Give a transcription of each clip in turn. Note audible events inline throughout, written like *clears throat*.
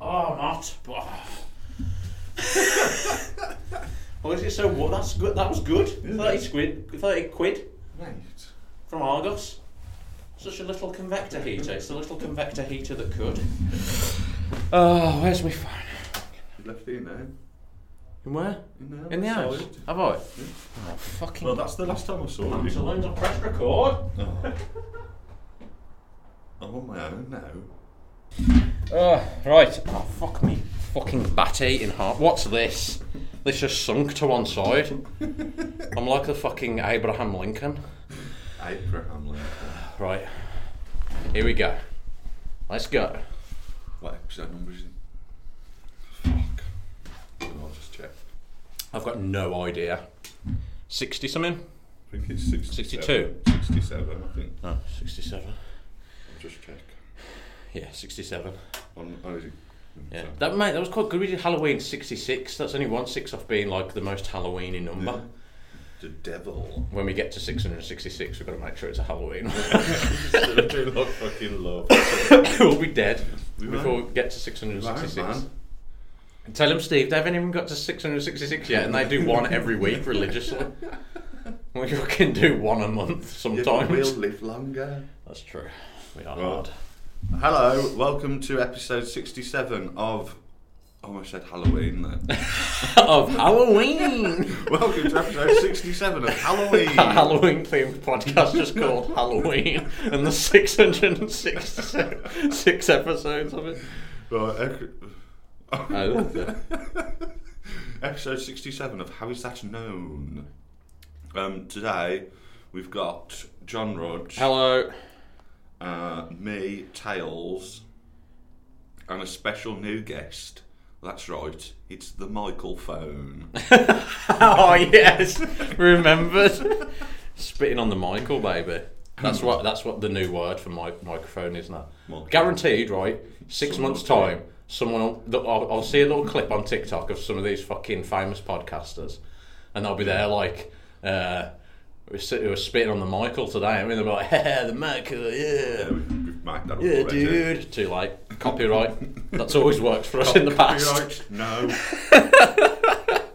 not. *laughs* But, oh. Why is it so? What? That's good. That was good. Isn't Thirty it? squid, thirty quid Mate. from Argos. Such a little convector heater. It's the little convector heater that could. Oh, where's my phone? You left it in there. In where? In there. In the house. Solid. Have I? Oh, fucking. Well, that's the last time I saw I'm to you. learn to press record. Oh. I'm on my own now. Oh, right. Oh, fuck me. Fucking bat eating heart. What's this? This just sunk to one side. *laughs* I'm like the fucking Abraham Lincoln. Abraham Lincoln. Right. Here we go. Let's go. What episode number is it? Fuck. I'll just check. I've got no idea. 60 something? I think it's 67. 62. 67, I think. No, 67. I'll just check. Yeah, 67. On, oh, is it? Yeah. That mate, that was quite good. We did Halloween 66. That's only one six off being like the most Halloweeny number. Yeah. The devil. *laughs* When we get to 666, we've got to make sure it's a Halloween. *laughs* It'll be like fucking love. we'll be dead We before won't. we get to Right, 666. man. And Tell them, Steve, they haven't even got to 666 yet, and they do one every *laughs* week religiously. We can do one a month Yeah, sometimes. but we'll live longer. That's true. We are Right. hard. Hello, welcome to episode 67 of. I almost said Halloween there. *laughs* of Halloween! welcome to episode 67 of Halloween. A *laughs* Halloween themed podcast just called Halloween, and the 666 episodes of it. Right, ec- Oh, yeah. episode 67 of How Is That Known? Um, today we've got John Rudge, Hello. uh, me, Tails, and a special new guest. That's right, it's the *laughs* Michael phone. Oh, yes. Remembered. Spitting on the Michael, baby. That's what that's what the new word for mic- microphone is now. Mic- Guaranteed, right? Six Someone months' will do time, someone will, th- I'll, I'll see a little clip on TikTok of some of these fucking famous podcasters, and they'll be there like, uh, we sit- we were spitting on the Michael today. I mean, they'll be like, "Yeah, the Michael, yeah, yeah, we've, we've marked that up yeah, already. dude." Too late. Copyright. That's always worked for us in the past. Copyright? No.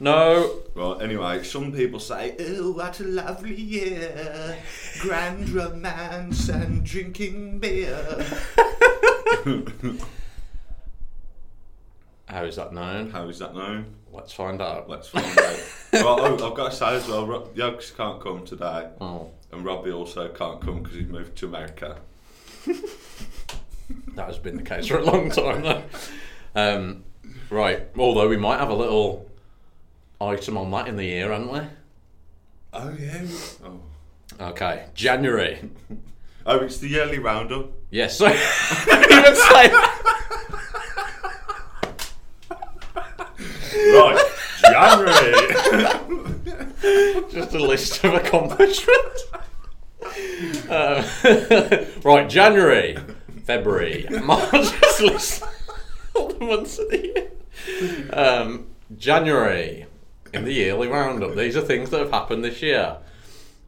No, Well, anyway, some people say, oh, what a lovely year, grand romance and drinking beer. how is that known? How is that now? Let's find out. Let's find out. *laughs* well, oh, I've got to say as well, Ro- Yogs can't come today, Oh. and Robbie also can't come because he's moved to America. That has been the case for a long time, though. Um, right. Although we might have a little item on that in the year, haven't we? Oh, yeah. Oh, Okay, January. oh it's the yearly roundup. Yes. *laughs* So even say Right, January. *laughs* just a list of accomplishments. Uh, *laughs* right, January, February, March. *laughs* Just list all the months of the year. Um, January in the yearly roundup. These are things that have happened this year.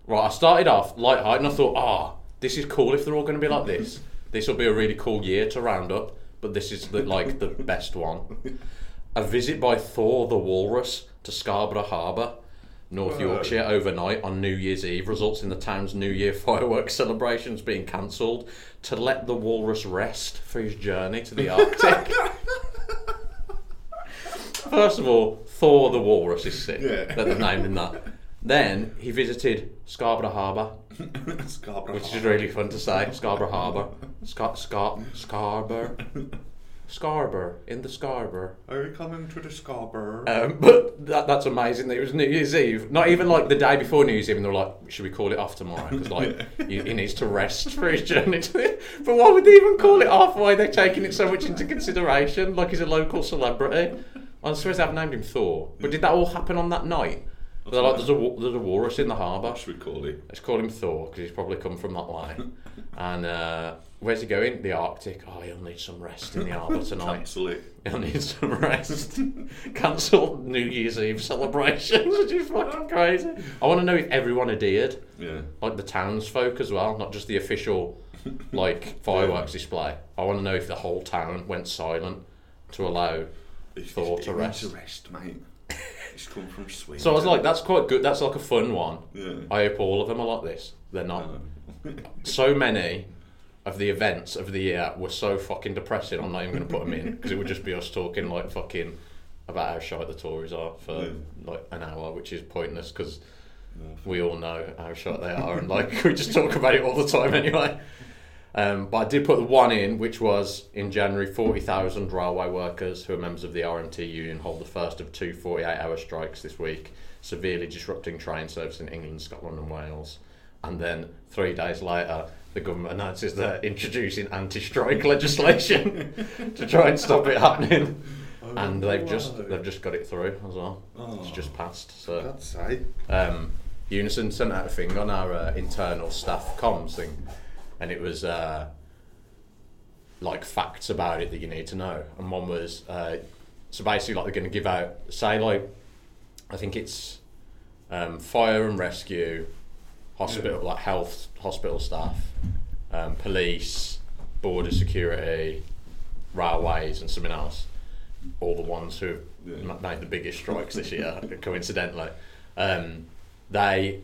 Right, I started off light height and I thought, ah, this is cool if they're all going to be like this. This will be a really cool year to round up, but this is the, like the best one. A visit by Thor the Walrus to Scarborough Harbour, North Yorkshire, overnight on New Year's Eve results in the town's New Year *laughs* fireworks celebrations being cancelled to let the walrus rest for his journey to the Arctic. First of all, Thor the Walrus is sick. Yeah. That they named him that. Then he visited Scarborough Harbour, Scarborough. which is really fun to say. Scarborough Harbour. Scar- Scar- Scarborough. Scarborough. In the Scarborough. Are we coming to the Scarborough? Um, but that, that's amazing that it was New Year's Eve. Not even like the day before New Year's Eve, and they were like, should we call it off tomorrow? Because like, he, he needs to rest for his journey. To the, but why would they even call it off? Why are they taking it so much into consideration? Like he's a local celebrity. I suppose they've named him Thor. But did that all happen on that night? They're like, there's a, wa- there's a walrus in the harbour. What should we call it? Let's call him Thor because he's probably come from that line. And uh, where's he going? The Arctic. Oh, he'll need some rest in the harbour tonight. Cancel it. He'll need some rest. Cancel New Year's Eve celebrations, which is fucking crazy. I want to know if everyone adhered, Yeah. like the townsfolk as well, not just the official like fireworks display. I want to know if the whole town went silent to allow It's- Thor it's- to it rest. needs a rest, mate. It's come from Sweden. So I was like, that's quite good. That's like a fun one. Yeah. I hope all of them are like this. They're not. Um, So many of the events of the year were so fucking depressing. I'm not even going to put them in because it would just be us talking like fucking about how shite the Tories are for Yeah. like an hour, which is pointless because we all know how shite they are and like *laughs* we just talk about it all the time anyway. Um, but I did put the one in, which was in January 40,000 railway workers who are members of the RMT union hold the first of two 48 hour strikes this week, severely disrupting train service in England, Scotland, and Wales. And then three days later, the government announces they're introducing anti strike *laughs* legislation *laughs* to try and stop it happening. and they've just wow. they've just got it through as well. It's Oh. just passed. So I'd say. um, Unison sent out a thing on our uh, internal staff comms thing, and it was uh, like facts about it that you need to know. And one was uh, so basically like they're going to give out say like I think it's um, fire and rescue, hospital like health hospital staff, um, police, border security, railways, and something else. All the ones who have Yeah. ma- made the biggest strikes this year, *laughs* coincidentally, um, they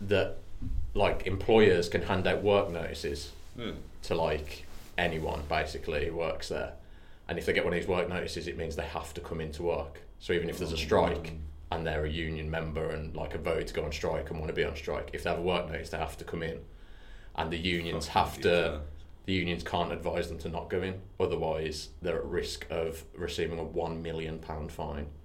that like employers can hand out work notices yeah. to like anyone basically who works there. And if they get one of these work notices, it means they have to come into work. So even if there's a strike and they're a union member and like a vote to go on strike and want to be on strike, if they have a work notice, they have to come in. And the unions have to, the unions can't advise them to not go in. Otherwise, they're at risk of receiving a £1 million fine. *laughs*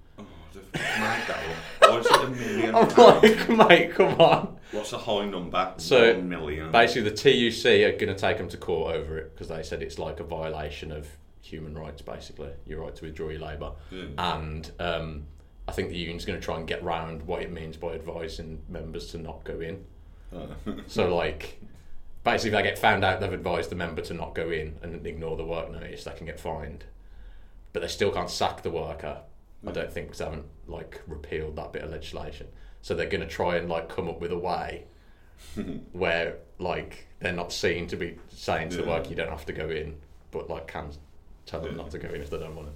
Oh, they've made that up. Why is it a million? I'm pound? like, mate, come on. What's a high number? So, One million. Basically, the TUC are going to take them to court over it because they said it's like a violation of human rights, basically, your right to withdraw your labour. Yeah. And um, I think the union's going to try and get round what it means by advising members to not go in. Oh. *laughs* So, like, basically, if they get found out they've advised the member to not go in and ignore the work notice, they can get fined. But they still can't sack the worker, I don't think, because they haven't, like, repealed that bit of legislation. So they're going to try and, like, come up with a way where, like, they're not seen to be saying to the Yeah. worker, you don't have to go in, but, like, can tell them Yeah. not to go in if they don't want it.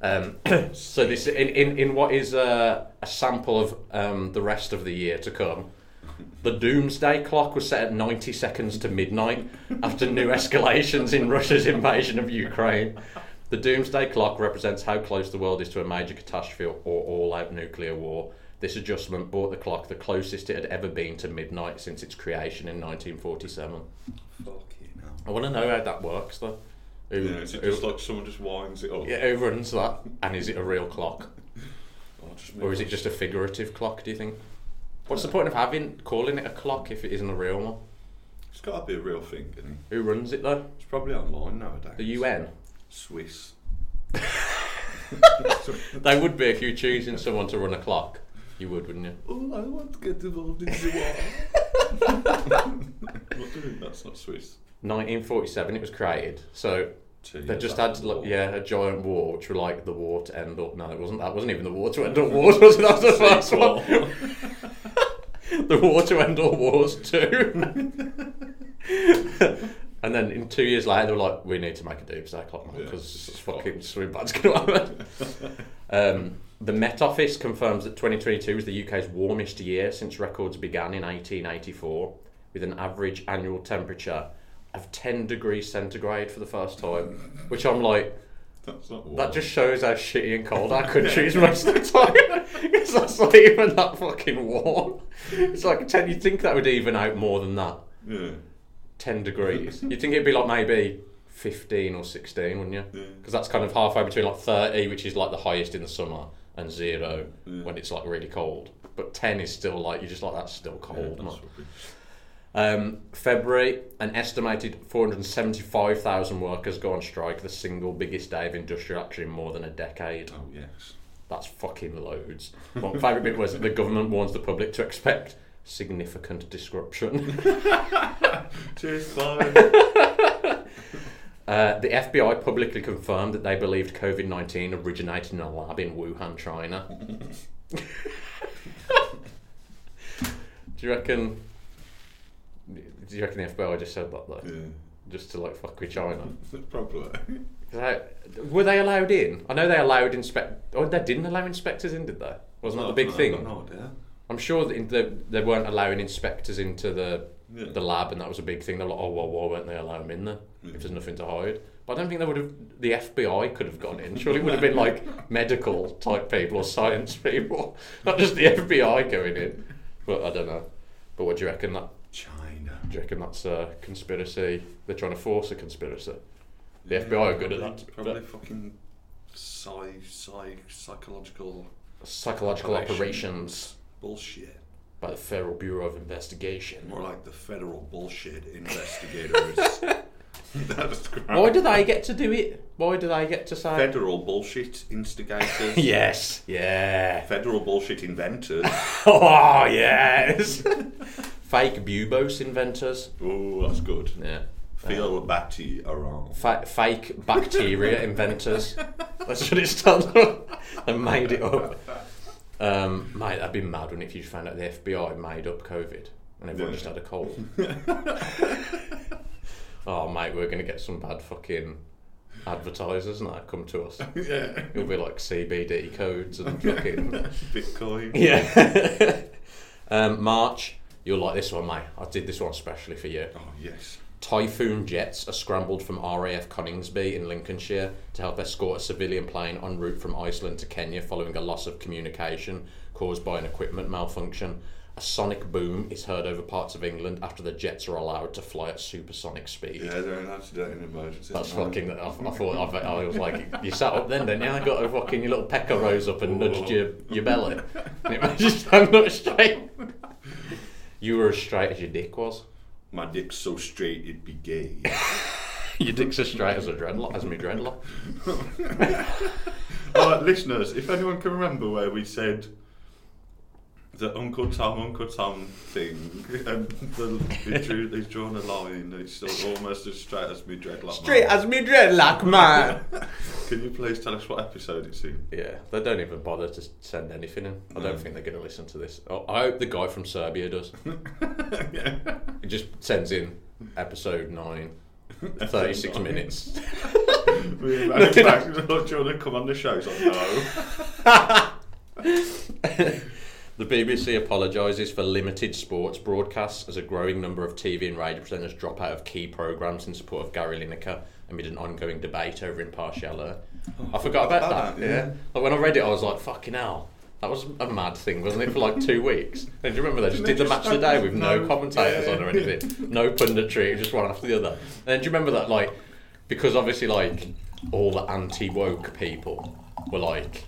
Um, so this in, in, in what is a, a sample of um, the rest of the year to come. The doomsday clock was set at 90 seconds to midnight after new escalations in Russia's invasion of Ukraine. The doomsday clock represents how close the world is to a major catastrophe or all out nuclear war. This adjustment brought the clock the closest it had ever been to midnight since its creation in 1947. Fucking hell. I want to know how that works though. Who, Yeah, is it who- just like someone just winds it up? yeah, who runs that? And is it a real clock? Or, Oh, just Or is it just a figurative clock, do you think? What's the point of having calling it a clock if it isn't a real one? It's got to be a real thing, isn't it? Who runs it though? It's probably online nowadays. The UN. Swiss. They would be if you were choosing someone to run a clock. You would, wouldn't you? Oh, I want to get involved *laughs* in the war. Not doing that's not Swiss. 1947, it was created. So Gee, they just had that's to, like, war. yeah, a giant war, which were like the war to end all. No, it wasn't. That wasn't even the war *laughs* to end all wars. Was it? That was the first Sequel. one. the war to end all wars too. and then in two years later, they were like, "We need to make a doomsday clock Yeah, because it's fucking something bad's going to happen." um, the Met Office confirms that 2022 was the UK's warmest year since records began in 1884, with an average annual temperature of 10 degrees centigrade for the first time. Which I'm like. That's not war. That just shows how shitty and cold *laughs* our country is most of the time. *laughs* Because that's not even that fucking warm. It's like 10, you'd think that would even out more than that. Yeah. 10 *laughs* degrees. You'd think it'd be like maybe 15 or 16, wouldn't you? Yeah. Because that's kind of halfway between like 30, which is like the highest in the summer, and zero Yeah. when it's like really cold. But 10 is still like, you're just like, that's still yeah cold, man. that's rubbish. Um, February, an estimated 475,000 workers go on strike, the single biggest day of industrial action in more than a decade. Oh, yes. That's fucking loads. My favourite bit was the government warns the public to expect significant disruption. *laughs* Cheers, bye. Uh, the FBI publicly confirmed that they believed COVID 19 originated in a lab in Wuhan, China. *laughs* do you reckon. Do you reckon the FBI just said that though? *laughs* yeah. Just to like fuck with China? Probably. Like, were they allowed in? I know they allowed inspect. Oh, they didn't allow inspectors in, did they? Wasn't that the big I've thing? got No idea. I'm sure that in- they, they weren't allowing inspectors into the Yeah. the lab, and that was a big thing. They were like, oh, well, why weren't they allowing them in there if there's nothing to hide? But I don't think they would have. The FBI could have gone in. Surely it would have been *laughs* like medical type people or science people, *laughs* not just the FBI going in. But I don't know. But what do you reckon that? China. Do you reckon that's a conspiracy? They're trying to force a conspiracy. The FBI are good at that. Probably fucking psy, psy, psychological Psychological Operations. operations bullshit. by the Federal Bureau of Investigation. More like the federal bullshit *laughs* investigators. That's great. Why do they get to do it? Why do they get to say? Federal bullshit *laughs* instigators. Yes. Yeah. *laughs* Federal bullshit inventors. Oh yes. *laughs* Fake Bubos inventors. Oh, that's good. Yeah. Feel batty around. Fa- fake *laughs* bacteria inventors. That's what it stands for. *laughs* They made it up. Um, mate, I'd be mad when if you found out the FBI made up COVID and everyone Yeah. just had a *laughs* cold. oh, mate, we're gonna get some bad fucking advertisers now come to us. *laughs* Yeah. *laughs* It'll be like CBD codes and fucking. Bitcoin. Yeah. um, March, you'll like this one, mate. I did this one especially for you. Oh, yes. Typhoon jets are scrambled from RAF Coningsby in Lincolnshire to help escort a civilian plane en route from Iceland to Kenya following a loss of communication caused by an equipment malfunction. A sonic boom is heard over parts of England after the jets are allowed to fly at supersonic speed. Yeah, they're allowed to do it in emergency. That's fucking. I, I thought. I, I was like, you sat up then, didn't you? I got a fucking your little pecker rose up and nudged your your belly. *laughs* And it was just hung up straight. You were as straight as your dick was. My dick's so straight it'd be gay. *laughs* *laughs* Your dick's as straight as a dreadlock, as my dreadlock. Alright, listeners, if anyone can remember where we said the Uncle Tom, Uncle Tom thing, *laughs* and the, they drew, they've drawn a line, it's so- almost as straight as me dreadlock. man. as me dreadlock, man. Can you please tell us what episode it's in? *laughs* *laughs* Yeah, they don't even bother to send anything in. I don't think they're going to listen to this. Oh, I hope the guy from Serbia does. yeah. It just sends in episode nine, 36 nine. *laughs* minutes. We went back, do you want to come on the show? He's like, no. The BBC apologises for limited sports broadcasts as a growing number of TV and radio presenters drop out of key programmes in support of Gary Lineker amid an ongoing debate over impartial air. I forgot about that. Oh, that, Yeah. yeah. Like when I read it, I was like, "Fucking hell." That was a mad thing, wasn't it, for like two weeks? And do you remember they just Didn't they did the match just of the day have with no, no- commentators yeah. on or anything, no punditry, it was just one after the other. And then do you remember that, like, because obviously, like, all the anti woke people were like,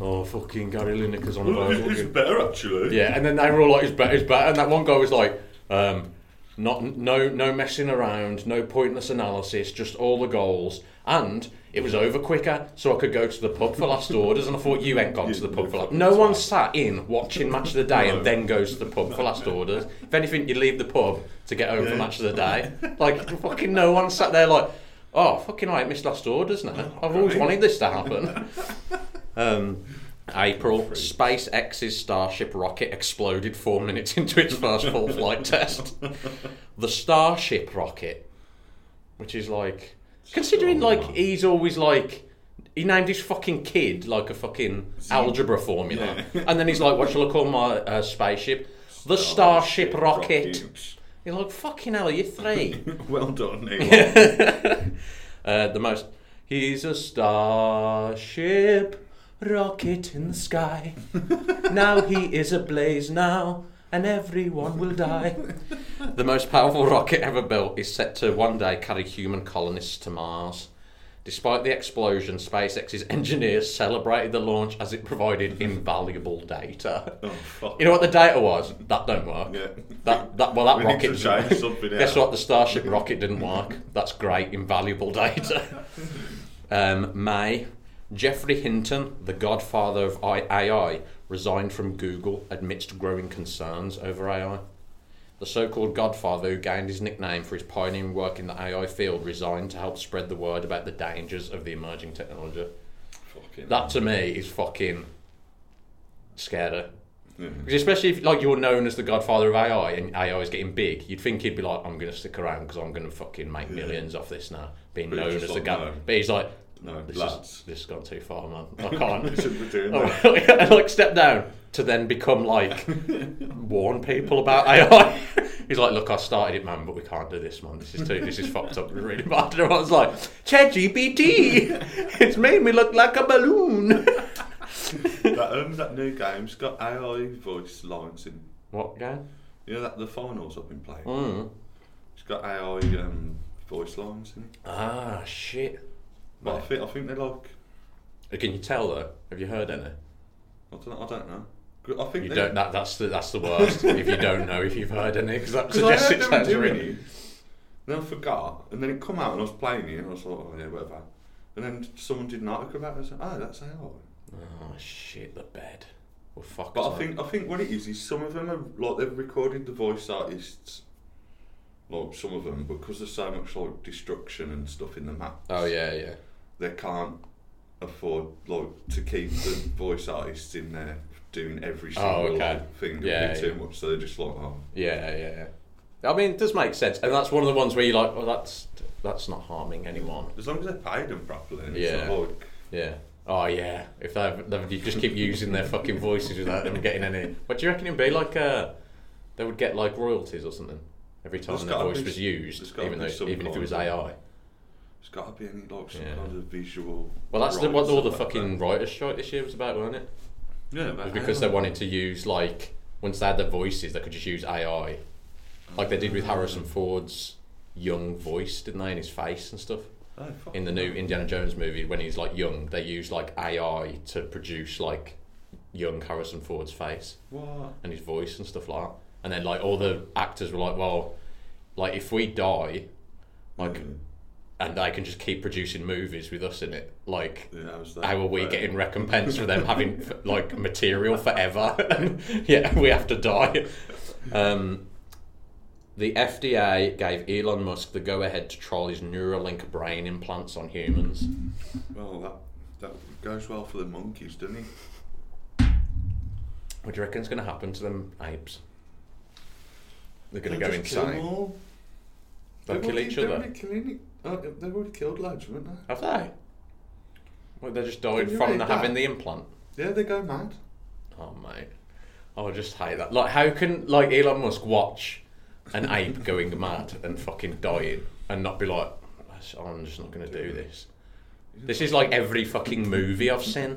oh, fucking Gary Lineker's on about Well, It's better actually. yeah, and then they were all like, "It's better, it's better." And that one guy was like, um, "Not, no, no messing around, no pointless analysis, just all the goals." And it was over quicker, so I could go to the pub for last orders. And I thought you ain't gone to the pub for last. No one sat in watching match of the day and then goes to the pub for last orders. If anything, you leave the pub to get over match of the day. Like fucking no one sat there like. Oh fucking! I missed last orders now. I've always right. wanted this to happen. *laughs* Um, April, SpaceX's Starship rocket exploded four minutes into its first full flight test. The Starship rocket, which is like, considering like he's always like, he named his fucking kid like a fucking algebra formula, and then he's like, "What shall I call my uh, spaceship?" Oh, The Starship, rocket. You're like, "Fucking hell, are you three? rocket. *laughs* well done, Neil. Uh, the most. He's a starship rocket in the sky. now he is ablaze now, and everyone will die. the most powerful rocket ever built is set to one day carry human colonists to Mars. Despite the explosion, SpaceX's engineers celebrated the launch as it provided invaluable data. oh, fuck. You know what the data was? That don't work. Yeah. That that well that We need rocket to change didn't- something Guess else. what? The Starship rocket didn't work. That's great, invaluable *laughs* data. Um, May Jeffrey Hinton, the godfather of I- AI, resigned from Google amidst growing concerns over AI. The so-called godfather who gained his nickname for his pioneering work in the AI field resigned to help spread the word about the dangers of the emerging technology. Fucking That to me is fucking scary. Yeah. 'Cause especially if like you're known as the Godfather of AI and AI is getting big, you'd think he'd be like, "I'm gonna stick around because I'm gonna fucking make Yeah. millions off this now." Being But he's known just as the like, guy, no. but he's like, No, this, lads. is, this has gone too far, man. I *laughs* can't." You shouldn't be doing *laughs* that. Oh, and like step down to then become like *laughs* warn people about AI. *laughs* He's like, look, I started it, man, but we can't do this, man. This is too, this is fucked up really bad. And I was like, ChatGPT, *laughs* it's made me look like a balloon. *laughs* that, um, that new game's got AI voice lines in. what guy? You know that the finals I've been playing. Mm. It's got AI um, voice lines in. it. Ah, shit. But I Right. think I think they're like Uh, Can you tell though? Have you heard any? I don't I don't know. I think You they, don't. That, that's the that's the worst. if you don't know if you've heard any, because *laughs* that Because suggests I heard it them sounds doing really. it. Then I forgot, and then it come out, and I was playing it, and I was like, oh yeah, whatever. And then someone did an article about it. I said, oh, that's AI. Oh shit! The bed. Well, fuck. But I think I think what it is is some of them are like they've recorded the voice artists, like some of them, because there's so much like destruction and stuff in the map. Oh yeah, yeah. They can't afford like to keep the voice artists in there doing every single Oh, okay. like, thing. Yeah, Yeah, too yeah. much, so they're just like, oh, Yeah, yeah, yeah. I mean, it does make sense, and that's one of the ones where you're like, well, that's that's not harming anyone. as long as they paid them properly, and it's Yeah. not like. Yeah. Oh yeah. If they have- they you just keep using their fucking voices without them getting any. What do you reckon it'd be like? Uh, they would get like royalties or something every time There's their gotta voice be was s- there's used, gotta even be though some even if it was kind AI. It's got to be any like some Yeah. kind of visual. Well, that's the, what rights all the about fucking that. writers' strike this year was about, weren't it? Yeah, It but was because how- they wanted to use like once they had their voices, they could just use AI, like they did with Harrison Ford's young voice, didn't they, and his face and stuff. Oh, fuck. in the new Indiana Jones movie when he's like young, they use like AI to produce like young Harrison Ford's face What? and his voice and stuff like that. And then like all the actors were like, well, like if we die, like, Mm. and they can just keep producing movies with us in it, like. Yeah, I was like, How are we right. getting recompense for them having like material forever? *laughs* And yeah, we have to die. Um, the FDA gave Elon Musk the go-ahead to trial his Neuralink brain implants on humans. Well, that that goes well for the monkeys, doesn't it? What do you reckon's going to happen to them apes? They're going to They'll go just kill them insane. all. They'll They've kill already- each they're other. already killing it. Oh, they've already killed loads, wouldn't they? Have they? Well, they just Can died you from read the, that? having the implant. Yeah, they go mad. Oh mate, Oh, I would just hate that. Like, how can like Elon Musk watch an *laughs* ape going mad and fucking dying and not be like, I'm just not going to do this. This is like every fucking movie I've *laughs* seen,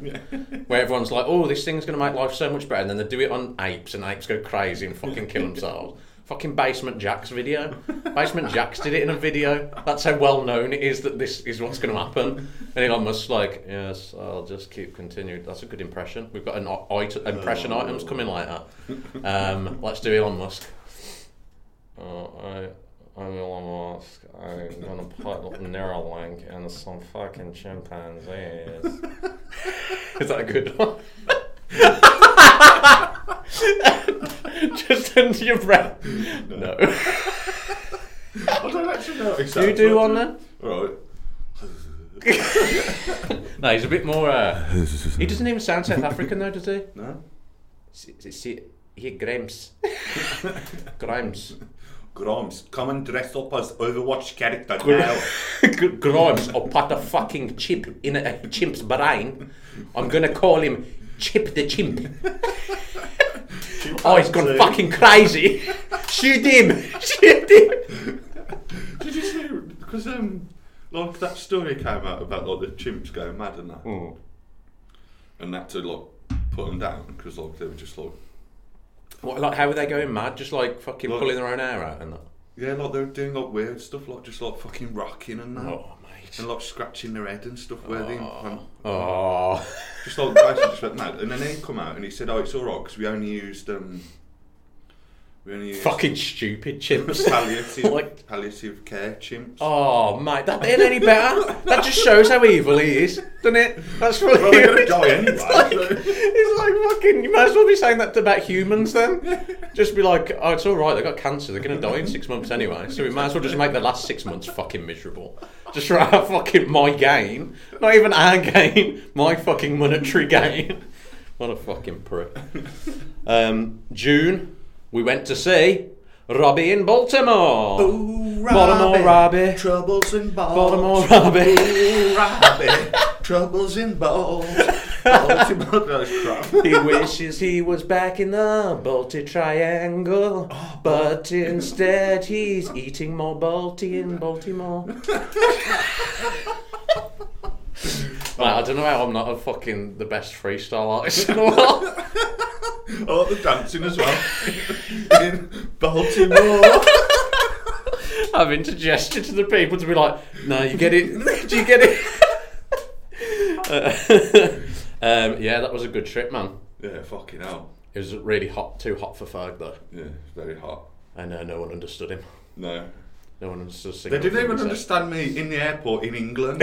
where everyone's like, "Oh, this thing's going to make life so much better," and then they do it on apes, and apes go crazy and fucking kill themselves. Fucking Basement Jack's video. Basement Jack's did it in a video. That's how well known it is that this is what's going to happen. And Elon Musk's like, "Yes, I'll just keep continuing." That's a good impression. We've got an o- it- impression items coming later. Um, let's do Elon Musk. Oh, I, I'm Elon Musk. I'm gonna put Neuralink in some fucking chimpanzees. Is that a good one? *laughs* Just under your breath. No. I don't actually know. do you Exactly. do one then? Right. No, he's a bit more. Uh, he doesn't even sound South African though, does he? No. See, see he *laughs* Grimes. Grimes. Grimes, come and dress up as Overwatch character now. Gr- Grimes or put a fucking chip in a, a chimp's brain. I'm gonna call him Chip the Chimp. *laughs* Oh, he's gone Chimpanzee. fucking *laughs* crazy. Shoot him! Shoot him! Did you see? Because um, like that story came out about like the chimps going mad and Mm. that, Hmm. and that to like put them down because like they were just like What, like, how are they going mad? Just like fucking Look. pulling their own hair out and that. yeah, like they were doing like weird stuff, like just like fucking rocking and that, Oh, mate. and like scratching their head and stuff. Where they implant, Oh. *laughs* just like basically just went mad. And then he come out and he said, "Oh, it's all right because we only used um, we only used Fucking stupid chimps. *laughs* palliative Like- palliative care chimps." Oh, mate, that ain't any better. That just shows how evil he is, doesn't it? That's really. Well, they're gonna die *laughs* anyway, It's like, so- *laughs* it's like fucking. You might as well be saying that about humans then. Just be like, oh, it's all right. They got cancer. They're gonna die in six months anyway. So we might as well just make the last six months fucking miserable. Just for our fucking my gain, not even our gain, my fucking monetary gain. What a fucking prick. Um, June, we went to see Robbie in Baltimore. Ooh, Baltimore Robbie. Troubles and balls. Baltimore Robbie. Ooh, Robbie. Troubles and balls. Baltimore. That's *laughs* crap. He wishes he was back in the Balti Triangle, Oh, but instead he's eating more Balti in *laughs* Baltimore. Right, I don't know how I'm not a fucking the best freestyle artist in the *laughs* world. I like the dancing as well. *laughs* In Baltimore. *laughs* I've intergested to the people to be like, no, you get it. *laughs* Do you get it? Uh, *laughs* um, yeah, that was a good trip, man. Yeah, fucking hell. It was really hot, too hot for Ferg though, Yeah, it's very hot. and uh, no one understood him. No. No one understood. a They single didn't thing he even said. understand me in the airport in England.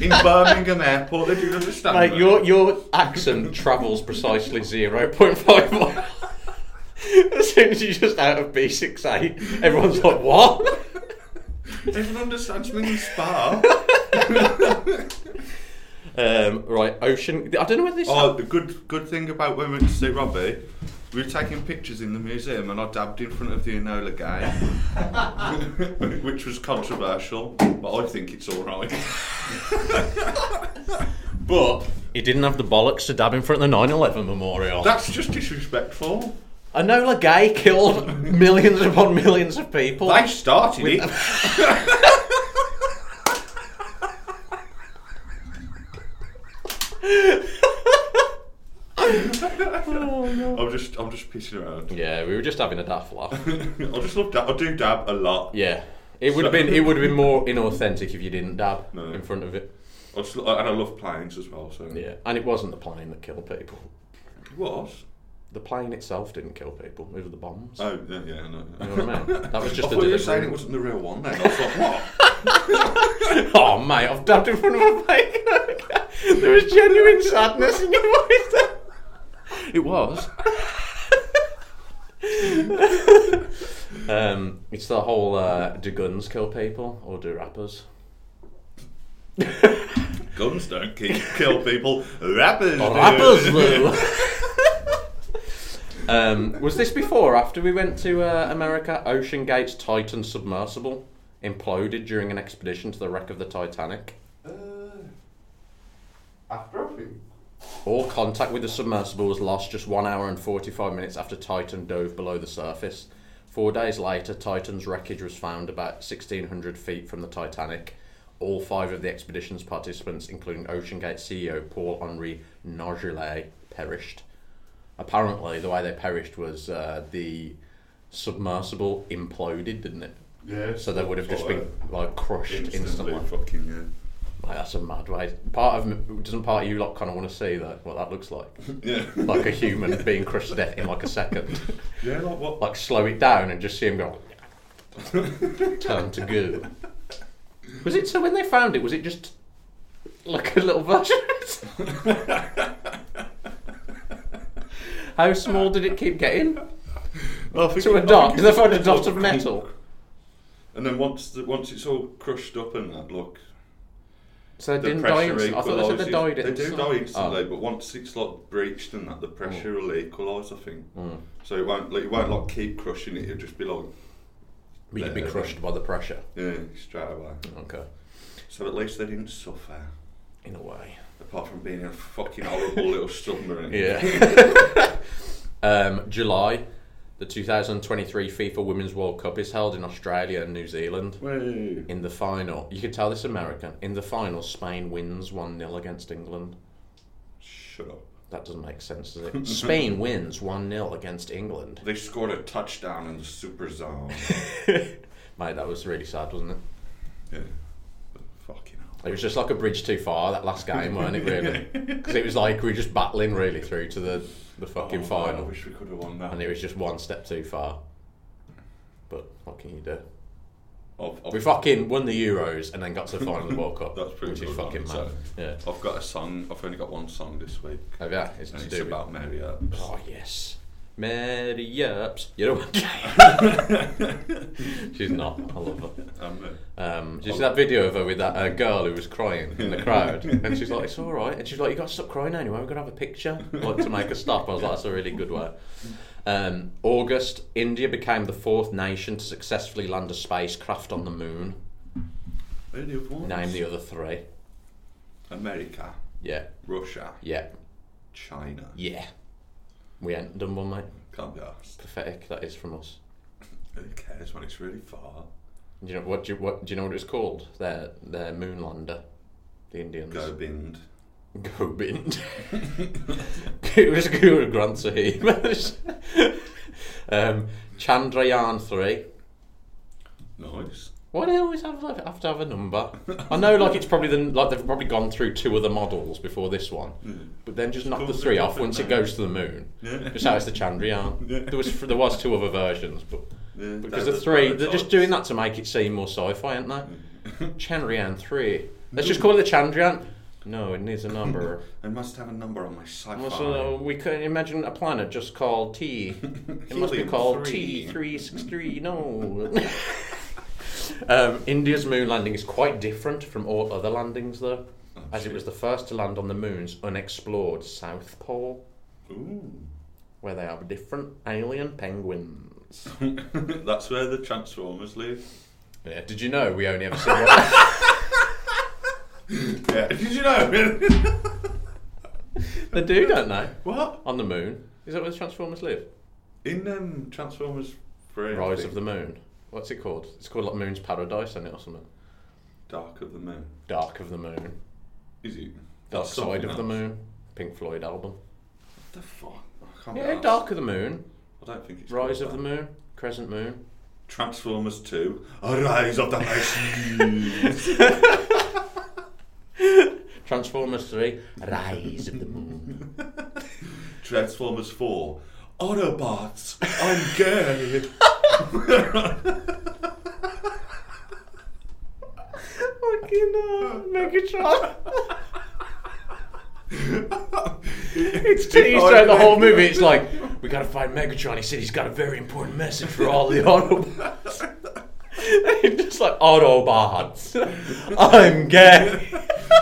in Birmingham airport, they didn't understand Mate, me. your your accent travels precisely zero point five miles. as soon as you're just out of B six eight, everyone's like, "What?" Everyone understands me in Spa. Um, right, ocean. I don't know whether this. Oh, the good good thing about when we went to see Robbie, we were taking pictures in the museum and I dabbed in front of the Enola guy, *laughs* which was controversial, but I think it's all right. *laughs* but he didn't have the bollocks to dab in front of the 9/11 memorial. That's just disrespectful. Enola Gay killed millions upon millions of people. They started *laughs* it. I'm just I'm just pissing around. *laughs* yeah, we were just having a daft laugh. I just love dab. I do dab a lot. Yeah, it would have been it would have been more inauthentic if you didn't dab No. in front of it. I just, lo- and I love planes as well. So Yeah, and it wasn't the plane that killed people. it was. The plane itself didn't kill people; it was the bombs. Oh yeah, yeah. No, You know *laughs* what I mean? That was I just a thought you were delivery. saying it wasn't the real one then. I was like, what? *laughs* Oh, mate, I've dabbed in front of my mic. *laughs* there was genuine sadness in your voice *laughs* there. It was. *laughs* um, it's the whole uh, do guns kill people or do rappers? Guns don't ki- kill people. Rappers *laughs* do. *laughs* Rappers, though. *laughs* um, was this before or after we went to uh, America? Ocean Gate's Titan submersible imploded during an expedition to the wreck of the Titanic. After I think. All contact with the submersible was lost just one hour and 45 minutes after Titan dove below the surface. Four days later, Titan's wreckage was found about 1,600 feet from the Titanic. All five of the expedition's participants, including OceanGate CEO E Paul Henri Nargillet, perished. Apparently, the way they perished was uh, the submersible imploded, didn't it? Yeah. So they would have just been like crushed instantly. Fucking yeah. Like, that's a mad way. Part of me, doesn't part of you lot kind of want to see that what that looks like Yeah. like a human being crushed to death in like a second. *laughs* yeah, like what? Like slow it down and just see him go turn to goo. Was it so when they found it, was it just like a little version? of it? How small did it keep getting? Well, I think To a it- I dot. think Did they it's find a *laughs* just like dot of metal? And then once the, once it's all crushed up and that, look, So the they didn't die pressure instantly. I thought they said they equalises- died They instantly. do die instantly, Oh. Mm. but once it's like breached and that, the pressure will equalise. I think. So it won't like it won't like keep crushing it. It'll just be like But you'd be Yeah. crushed by the pressure. yeah, straight away. Okay. So at least they didn't suffer. In a way. Apart from being in a fucking horrible little *laughs* submarine. Yeah. *laughs* um, July, the 2023 FIFA Women's World Cup is held in Australia and New Zealand. Way. In the final, you could tell this American. In the final, Spain wins 1 0 against England. *laughs* Shut up. That doesn't make sense, does it? Spain wins 1 0 against England. *laughs* They scored a touchdown in the super zone. Mate, that was really sad, wasn't it? yeah. Fucking hell. It was just like a bridge too far, that last game, weren't it, really? Because it was like we were just battling really through to the, the fucking Oh, I final. wish we could have won that. And it was just one step too far. But what can you do? I've, I've, We fucking won the Euros and then got to the final of the World Cup. *laughs* That's pretty Which is good, fucking man. mad. Yeah. I've got a song. I've only got one song this week, Oh, yeah, it's and to it's do with. about Mary Earps. Oh, yes. Mary Earps. You know what? *laughs* She's not. I love her. I'm, uh, Um, did you see that video of her with that uh, girl who was crying in the *laughs* crowd? And she's like, it's all right. And she's like, you got to stop crying anyway. We're going to have a picture like, to make her stop. I was like, that's a really good way. Um, August, India became the fourth nation to successfully land a spacecraft on the moon. who do you want? Name the other three. America, Yeah, Russia, yeah, China. yeah. We ain't done one, mate. Can't be asked. Pathetic that is from us. Who cares when it's really far? Do you know what? Do you, what, do you know what it's called? Their their moonlander, the Indians. Go bind. Go bind. *laughs* it was Guru Granth Sahib. *laughs* um, Chandrayaan 3. Nice. Why do they always have, like, have to have a number? I know, like it's probably the like they've probably gone through two other models before this one, but then just knock the Called the three off different once it name. goes to the moon. Yeah. Just how it's the Chandrayaan. Yeah. There was there was two other versions, but Yeah, because they're the three they're prototypes. just doing that to make it seem more sci-fi, aren't they? Chandrayaan three. Let's Mm. just call it the Chandrayaan. No, it needs a number. *laughs* *laughs* I must have a number on my sci-fi. Also, *laughs* we couldn't imagine a planet just called T. It must be Helium called three. T three six three. No. *laughs* um, India's moon landing is quite different from all other landings, though, as it Oh, shit. was the first to land on the moon's unexplored south pole, Ooh. *laughs* where they have different alien penguins. That's where the Transformers live. yeah. Did you know we only ever see *laughs* one? Yeah. *laughs* Did you know? they do, don't they? *laughs* what? On the moon. Is that where the Transformers live? In um, Transformers 3. I Rise of think, the Moon. What's it called? It's called like Moon's Paradise, isn't it, or something? Dark of the Moon. Dark of the Moon. Is it? Dark That's something Side of the else. Moon, Pink Floyd album. What the fuck? I can't be Yeah, arsed. Dark of the Moon, I don't think Oh, it's Rise called of the that. Moon, Crescent Moon. Transformers 2. Rise of the *laughs* Nations. Transformers 3, Rise of the Moon. Transformers 4. Autobots. I'm gay. Fucking hell, Megatron. it's too It- Easter egg the whole movie. It's like, we gotta find Megatron. He said he's got a very important message for all the Autobots. *laughs* It's just like, Autobots, I'm gay.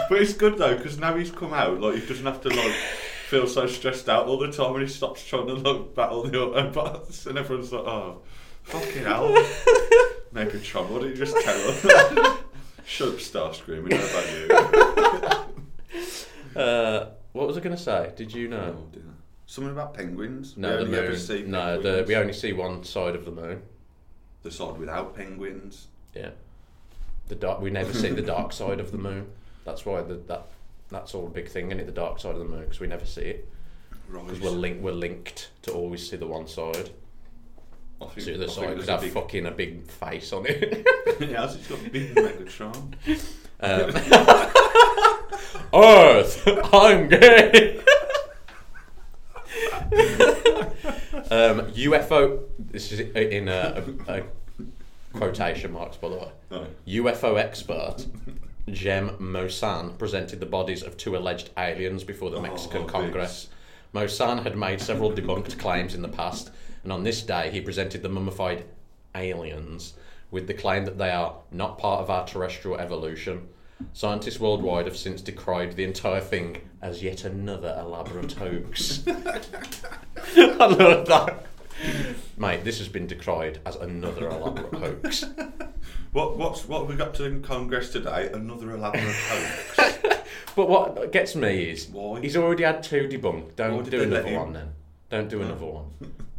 But it's good though because now he's come out, like he doesn't have to like feel so stressed out all the time, and he stops trying to like battle the Autobots, and everyone's like, "Oh, *laughs* fucking hell, Megatron, what did you just tell us?" *laughs* Shut up, Starscream. *laughs* We know about you. Uh, what was I gonna say? Did you know? Oh, dear. Something about penguins. No, we the only moon. ever see no, the, penguins. we only see one side of the moon. the side without penguins. Yeah, the dark. We never see the dark side of the moon. That's why the, that that's all a big thing, isn't it? The dark side of the moon because we never see it Rise. because we're linked. We're linked to always see the one side. I think, See the other I think side there's could a have *laughs* big, fucking a big face on *laughs* it. yeah, it's got big Megatron. *laughs* Um, Earth, *laughs* I'm gay. *laughs* um, UFO. This is in uh, uh, quotation marks, by the way. *laughs* No. UFO expert Jem Mosan presented the bodies of two alleged aliens before the Mexican Oh, Congress. Mosan had made several debunked claims in the past, and on this day he presented the mummified aliens with the claim that they are not part of our terrestrial evolution. Scientists worldwide have since decried the entire thing as yet another elaborate hoax. I love that. Mate, this has been decried as another elaborate hoax. What what's what have we got to in Congress today? Another elaborate hoax. But what gets me is Why? he's already had two debunked. Why Don't did do they let another him? one then. Don't do another *laughs* one.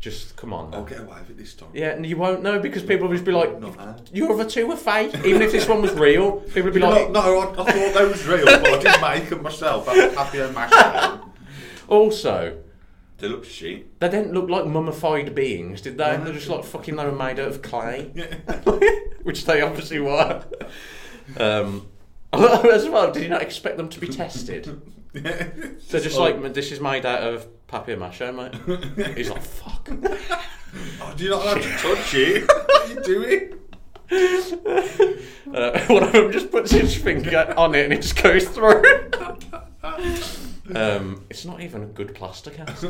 Just come on. I'll Then. get away with it this time. Yeah, and you won't know because people will just be like, Not mine. "Your other two were fake." Even if this one was real, people would be *laughs* No, like, no, I, I thought that was real, but I didn't make them myself. I was happy and mashed "Also, They look shit. they didn't look like mummified beings, did they? No. They're just like fucking. They were made out of clay, Yeah. *laughs* *laughs* which they obviously were." Um, *laughs* as well, did you not expect them to be tested? They're just Oh. like, "This is made out of papier mache, mate." He's like, *laughs* "Fuck." oh, do you not have to touch it? What *laughs* are you doing? Uh, *laughs* one of them just puts his finger on it and it just goes through. um, it's not even a good plaster cast.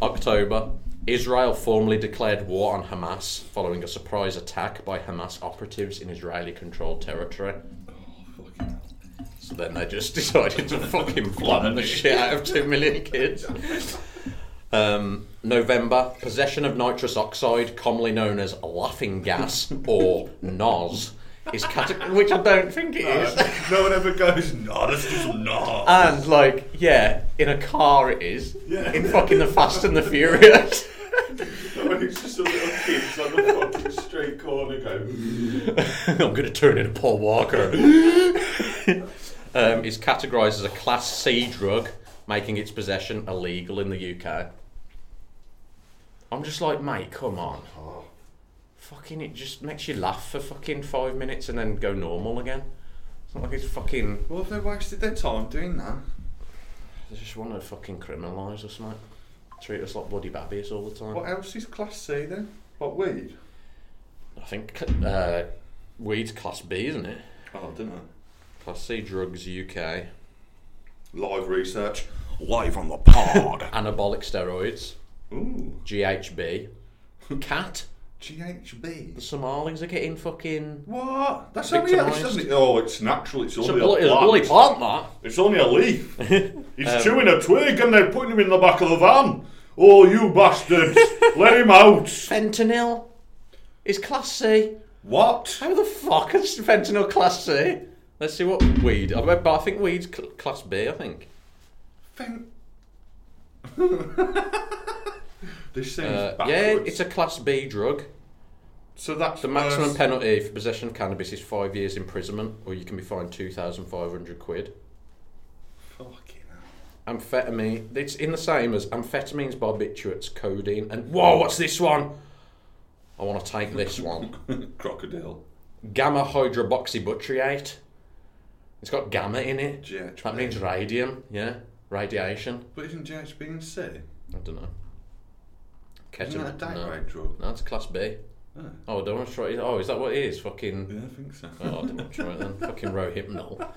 October. Israel formally declared war on Hamas following a surprise attack by Hamas operatives in Israeli controlled territory. Fucking hell. So then they just *laughs* decided to fucking flog the shit out of two million kids. Um, November, possession of nitrous oxide, commonly known as laughing gas or NOS, is categorized, which I don't think it is. no one ever goes, no, this is not. And like, yeah, in a car it is. Yeah. In fucking the Fast and the Furious. When *laughs* it's just a little kids on the fucking street corner going, *laughs* I'm gonna turn into Paul Walker. *laughs* um, is categorised as a Class C drug, making its possession illegal in the UK. I'm just like, mate, come on. oh, Fucking, it just makes you laugh for fucking five minutes and then go normal again. It's not like it's fucking. what have they wasted their time doing that? They just want to fucking criminalise us, mate. Treat us like bloody babbies all the time. What else is Class C then? What, weed? I think uh, weed's Class B, isn't it? Oh, I don't know. Class C drugs UK. Live research. Live on the pod. Anabolic steroids. Ooh, GHB. Cat. The GHB. Somalis are getting fucking. What? That's only it. It's Victimised. only, oh, it's natural. It's It's only a, bloody, it's a plant. bloody plant, Um, that. It's only *laughs* a leaf. He's chewing a twig and they're putting him in the back of the van. Oh, *laughs* you bastards! Let him out! Fentanyl is Class C. What? How the fuck is fentanyl Class C? Let's see what weed. I, bet- but I think weed's cl- Class B, I think. *laughs* Fen- this seems Uh, backwards. yeah, it's a Class B drug. so that's The maximum worse. penalty for possession of cannabis is five years imprisonment, or you can be fined 2,500 quid. Fucking hell. amphetamine. It's in the same as amphetamines, barbiturates, codeine, and whoa, what's this one? I want to take this one. *laughs* Crocodile. gamma hydroxybutyrate. It's got gamma in it. GHB. That means radium. Yeah, radiation. But isn't GHB and C? I don't know. Isn't that a Ketamine. diet No. rate drug? no, it's class B. Yeah. Oh, I don't want to try it. Oh, is that what it is? Fucking. Yeah, I think so. Oh, I don't want to try it then. Fucking Rohypnol.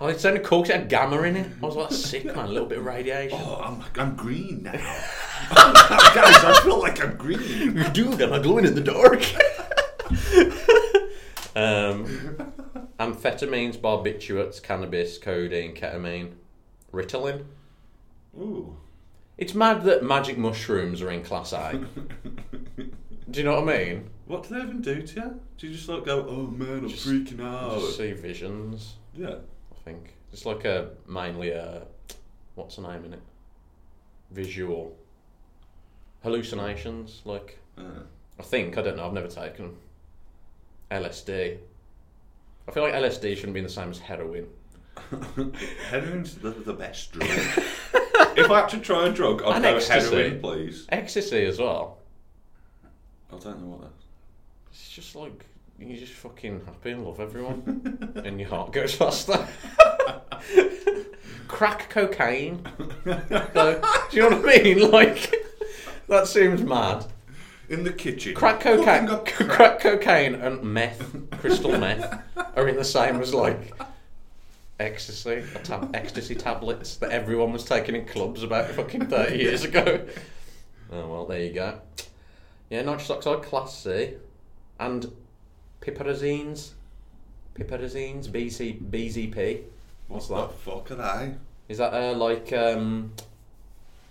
Oh, it sounded cool 'cause it had gamma in it. I was like, that's sick, man. A little bit of radiation. *laughs* Oh, I'm, I'm green now. *laughs* Guys, I feel like I'm green. You do them. I'm glowing in the dark. um, amphetamines, barbiturates, cannabis, codeine, ketamine, Ritalin. Ooh. It's mad that magic mushrooms are in class A. do you know what I mean? What do they even do to you? Do you just like go, oh man, I'm freaking out? Just see visions. *laughs* yeah. I think it's like a mainly a what's the name in it? Visual hallucinations. Like Uh, I think I don't know. I've never taken 'em. LSD. I feel like LSD shouldn't be the same as heroin. heroin's the, the *laughs* best drug. if I had to try a drug, I'd And go ecstasy. heroin, please. Ecstasy as well. I don't know what that. It's just like you're just fucking happy and love everyone, and your heart goes faster. Crack cocaine. Though, do you know what I mean? Like that seems mad. In the kitchen. Crack cocaine, Fucking got crack. crack. cocaine, and meth, crystal meth, are in the same as like ecstasy, a tab- ecstasy tablets that everyone was taking in clubs about fucking thirty years ago. Oh well, there you go. Yeah, nitrous oxide, class C, and piperazines, piperazines, BC, BZP. What's What that? the fuck are they? Is that uh, like um,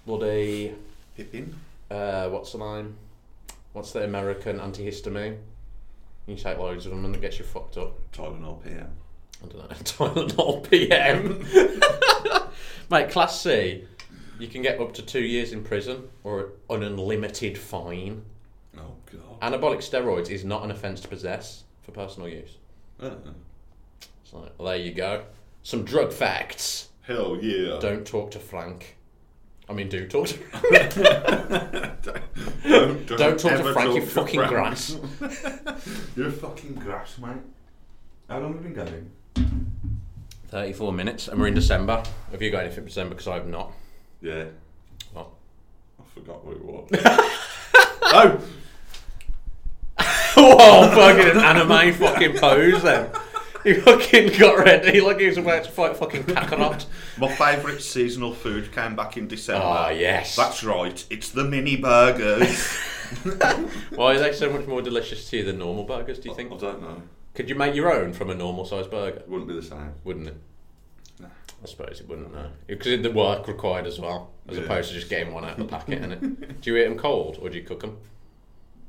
bloody Pippin? uh, what's the name? What's the American antihistamine? You take loads of them and it gets you fucked up. Tylenol PM. I *laughs* don't know. Tylenol PM. *laughs* Mate, Class C, you can get up to two years in prison or an unlimited fine. Oh, God. Anabolic steroids is not an offence to possess for personal use. Uh, So well, there you go. Some drug facts. hell yeah. *laughs* Don't talk to Frank. I mean, do talk to *laughs* don't, Don't talk ever to Frank, you talk to fucking Frank. grass. You're a fucking grass, mate. How long have you been going? 34 minutes, and we're Mm-hmm. in December. Have you got anything for December? Because I have not. Yeah. *laughs* Well, I forgot what it *laughs* was. oh! Whoa, fucking an anime fucking pose then. He fucking got ready like he was about to fight fucking *laughs* Kakarot. My favourite seasonal food came back in December. Ah, yes. That's right. It's the mini *laughs* burgers. Why are they so much more delicious to you than normal burgers, do you think? I don't know. Could you make your own from a normal sized burger? It wouldn't be the same. Wouldn't it? No. I suppose it wouldn't, no. Because the work required as well, as Yeah. opposed to just getting one out of the *laughs* packet, innit? Do you eat them cold or do you cook them?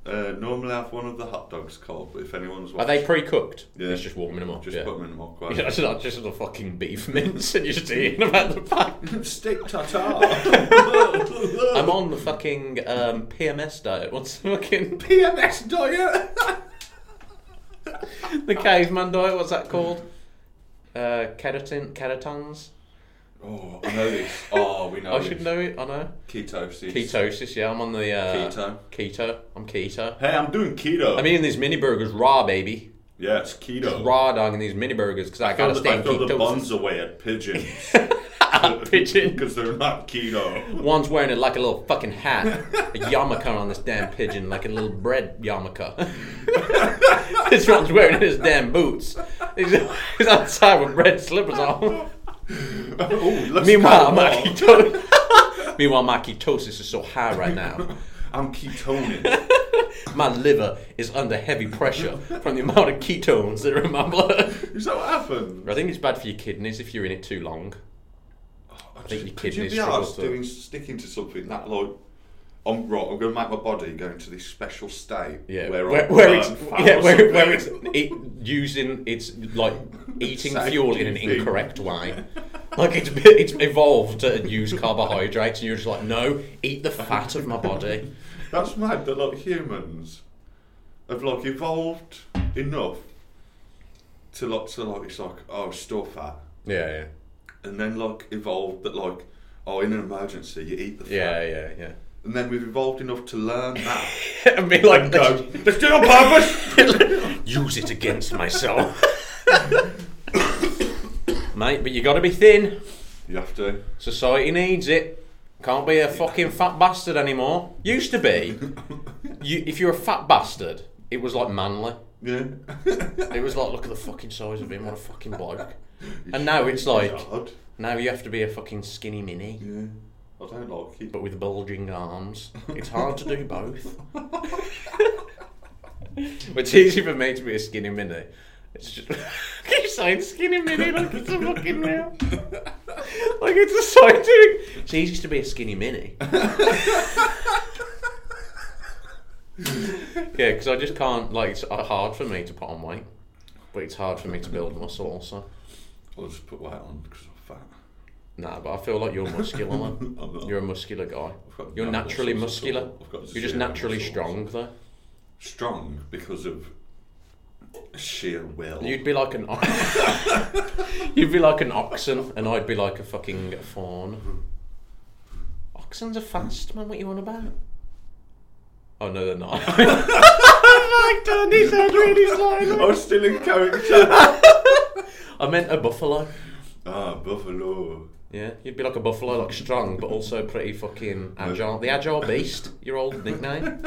Uh, normally, I have one of the hot dogs cold, but if anyone's Are watching, they pre cooked? Yeah. It's just warming them up. just yeah. put them in the microwave. Yeah, *laughs* it's not just a fucking beef mince and you're just eating about the pack. *laughs* *laughs* Steak tartare. *laughs* I'm on the fucking um, PMS diet. What's the fucking PMS diet. the caveman diet? What's that called? Uh, keratin, keratons. oh, I know this. Oh, we know I this. should know it. I know Ketosis. ketosis. Yeah, I'm on the uh, Keto. Keto. I'm keto. Hey, I'm doing keto. I'm eating these mini burgers raw, baby. yeah, it's keto. Raw dogging these mini burgers because I, I gotta throw the- stay I in throw the ketosis. *laughs* buns away at pigeons. *laughs* pigeon. Because they're not *laughs* keto. One's wearing it like a little fucking hat, a yarmulke on this damn pigeon, like a little bread yarmulke. *laughs* this one's wearing his damn boots. He's, he's outside with bread slippers on. Ooh, let's Meanwhile, go my on. keto- *laughs* Meanwhile, my ketosis is so high right now. I'm *laughs* ketoning. My liver is under heavy pressure from the amount of ketones that are in my blood. Is that what happened? I think it's bad for your kidneys if you're in it too long. I think your could you kidneys be arsed struggle to- doing sticking to something that like I'm right. I'm going to make my body go into this special state Yeah, where, where, I where burn it's fat yeah, or where, where it's something. it, using it's like eating Same fuel in an thing. *laughs* incorrect way. Like it's been- it's evolved to use carbohydrates, and you're just like, no, eat the fat of my body. That's mad that like humans have like evolved enough to like to like it's like oh store fat, Yeah, and then like evolved that like oh in an emergency you eat the fat, yeah, yeah, yeah, and then we've evolved enough to learn that. yeah. *laughs* and be like, and go, let's do it on purpose. *laughs* use it against myself, *laughs* mate. But you got to be thin. you have to. Society needs it. Can't be a fucking fat bastard anymore. Used to be, you, if you're a fat bastard, it was like manly. Yeah. It was like, look at the fucking size of him, what a fucking bloke. And now it's like, *laughs* God. now you have to be a fucking skinny mini, Yeah. I don't like it. but with bulging arms. *laughs* It's hard to do both. *laughs* it's easy for me to be a skinny mini. It's just. *laughs* keep saying skinny mini like it's a *laughs* fucking real. Like it's a scientific. It's easy to be a skinny *laughs* mini. yeah, because I just can't. Like, it's uh, hard for me to put on weight, but it's hard for me to build muscle also. I'll just put weight on because I'm fat. Nah, but I feel like you're muscular, *laughs* man. I'm uh, not. You're a muscular guy. got You're no naturally muscles at muscular. all. I've got You're just zero naturally muscles. strong, though. Strong because of sheer will. *laughs* You'd be like an. *laughs* You'd be like an oxen, and I'd be like a fucking fawn. Oxens are fast, man. What you on about? Oh no, they're not. *laughs* Mike turned his head really I slowly. was still in character. *laughs* I meant a buffalo. ah, buffalo. Yeah, you'd be like a buffalo, like strong, but also pretty fucking agile. The agile beast, your old *laughs* nickname.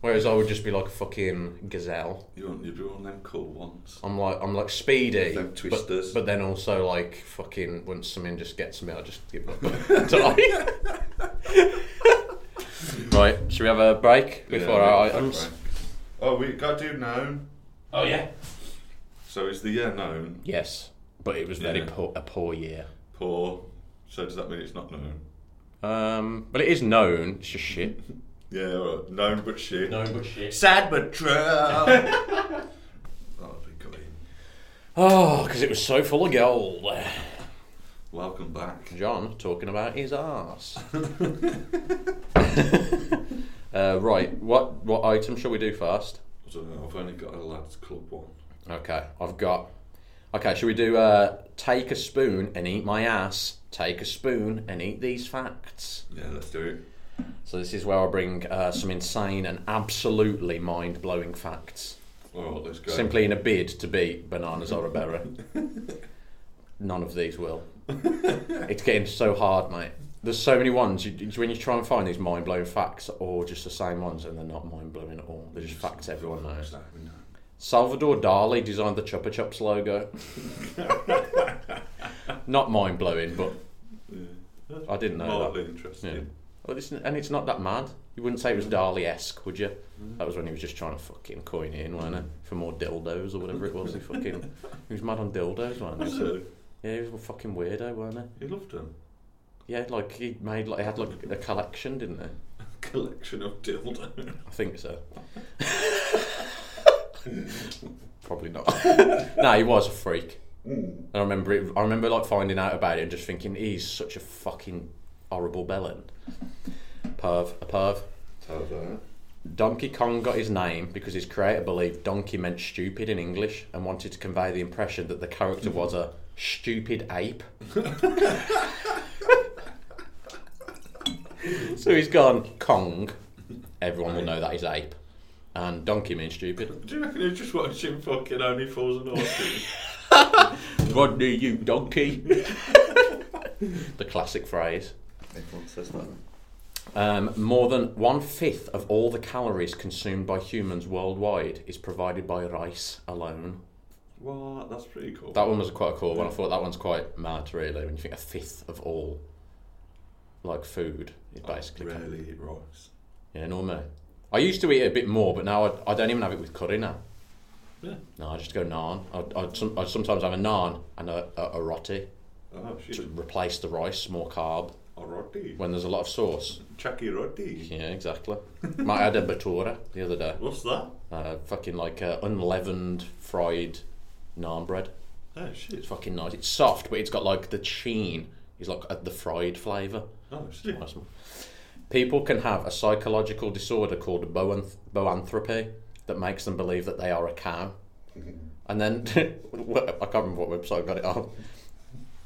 Whereas I would just be like a fucking gazelle. You want you do one of them cool ones? I'm like I'm like speedy, Them but- twisters. But, then also like fucking when something just gets me, I just give up. *laughs* and die. *laughs* right, should we have a break before Yeah, our yeah, items? okay. Oh, we got to do known. Oh yeah. So is the year known? Yes, but it was very Yeah. poor, a poor year. Poor. So does that mean it's not known? Um, but it is known. It's just shit. Yeah, all right. known but shit. but shit. Sad but *laughs* true. That'll be good. Oh, because it was so full of gold. Welcome back. John talking about his *laughs* ass. *laughs* uh, right, what what item shall we do first? I don't know. I've only got a lads club one. Okay, I've got. Okay, should we do uh, take a spoon and eat my ass? Take a spoon and eat these facts. Yeah, let's do it. So this is where I bring uh, some insane and absolutely mind-blowing facts, All right, let's go. simply in a bid to beat bananas or a berry. *laughs* None of these will. it's getting so hard, mate. There's so many ones. You, when you try and find these mind-blowing facts, or just the same ones, and they're not mind-blowing at all. They're just facts everyone knows. Exactly. Salvador Dali designed the Chupa Chups logo. not mind blowing, but I didn't know that. Mildly interesting. Yeah. Well, it's, and it's not that mad. You wouldn't say it was Dali esque, would you? That was when he was just trying to fucking coin it in, wasn't it? For more dildos or whatever it was. He fucking he was mad on dildos, wasn't he? Also, Yeah, he was a fucking weirdo, wasn't he loved them. *laughs* he? Yeah, like he made like he had like a collection, didn't he? Collection of dildos. I think so. *laughs* Probably not. *laughs* Hmm. no, he was a freak. Mm. And I remember it, I remember like finding out about it and just thinking he's such a fucking horrible bellend. Perv, a perv. How's that? Donkey Kong got his name because his creator believed donkey meant stupid in English and wanted to convey the impression that the character was a stupid ape. *laughs* so he's gone Kong. Everyone will know that is ape. And donkey means stupid. Do you reckon he was just watching fucking Only Fools *laughs* and Horses? God do you donkey? *laughs* the classic phrase. Everyone says that. Um, more than one fifth of all the calories consumed by humans worldwide is provided by rice alone. what? That's pretty cool. That one was quite a cool one. I thought that one's quite mad, really, when you think a fifth of all like food is basically. Rarely eat rice. Yeah, normally. I used to eat it a bit more, but now I, I don't even have it with curry now. Yeah. No, I just go naan. I, I, some, I sometimes have a naan and a, a, a roti Oh, to shit. replace the rice, more carb. A roti. When there's a lot of sauce. Chucky roti. Yeah, exactly. Might had a batura the other day. What's that? Uh, fucking like uh, unleavened fried naan bread. Oh, shit. It's fucking nice. It's soft, but it's got like the sheen. It's like uh, the fried flavour. Oh, shit. Nice one. People can have a psychological disorder called boanth- boanthropy that makes them believe that they are a cow. Mm-hmm. And then *laughs* I can't remember what website I got it on.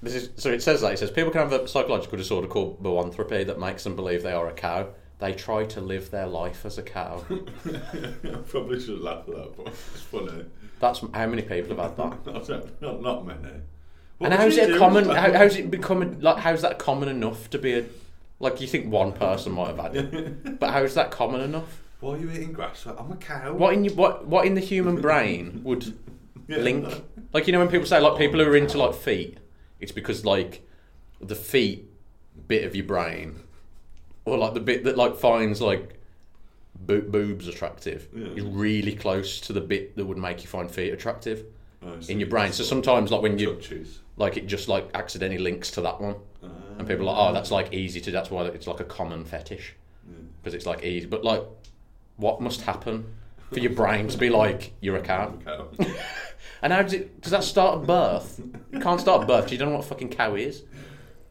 This is so it says that it says people can have a psychological disorder called boanthropy that makes them believe they are a cow. They try to live their life as a *laughs* cow. I probably should laugh at that, but it's funny. That's how many people have had that. I don't- not, not many. and What would how's you it a do? common? How, how's it become? a- Like how's that common enough to be a? Like you think one person might have had *laughs* it, but how's that common enough? Why are you eating grass? I'm a cow. What in you, what what in the human brain would Yeah, link? no. Like you know when people say like people who are into like feet, it's because like the feet bit of your brain, or like the bit that like finds like bo- boobs attractive, Yeah. is really close to the bit that would make you find feet attractive Oh, so in your brain. So sometimes like when you Touches. like it just like accidentally links to that one, Ah, and people are like oh that's like easy to that's why it's like a common fetish yeah. because it's like easy. But like, what must happen for your brain to be like you're a cow? I'm *laughs* a cow. And how does it? Does that start at birth? You can't start at birth. 'cause You don't know what a fucking cow is.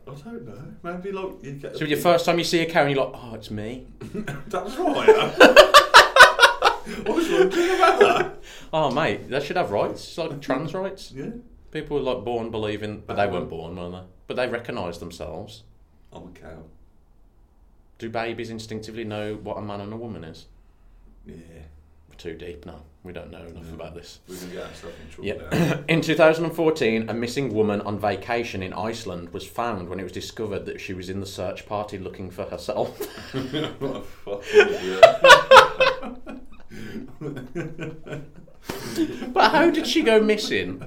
I don't know. Maybe like you get. So your first time you see a cow, and you're like, oh, it's me. That's right. *laughs* I was wondering about that. Oh, mate, that should have rights. It's like trans rights. Yeah. People were like born believing, but they weren't born, were they? But they recognise themselves. I'm a cow. Do babies instinctively know what a man and a woman is? Yeah. We're too deep now. We don't know enough about this. We're gonna get ourselves in trouble Yep. *laughs* now. *laughs* *clears throat* In 2014, a missing woman on vacation in Iceland was found when it was discovered that she was in the search party looking for herself. *laughs* what a fucking idiot. but how did she go missing?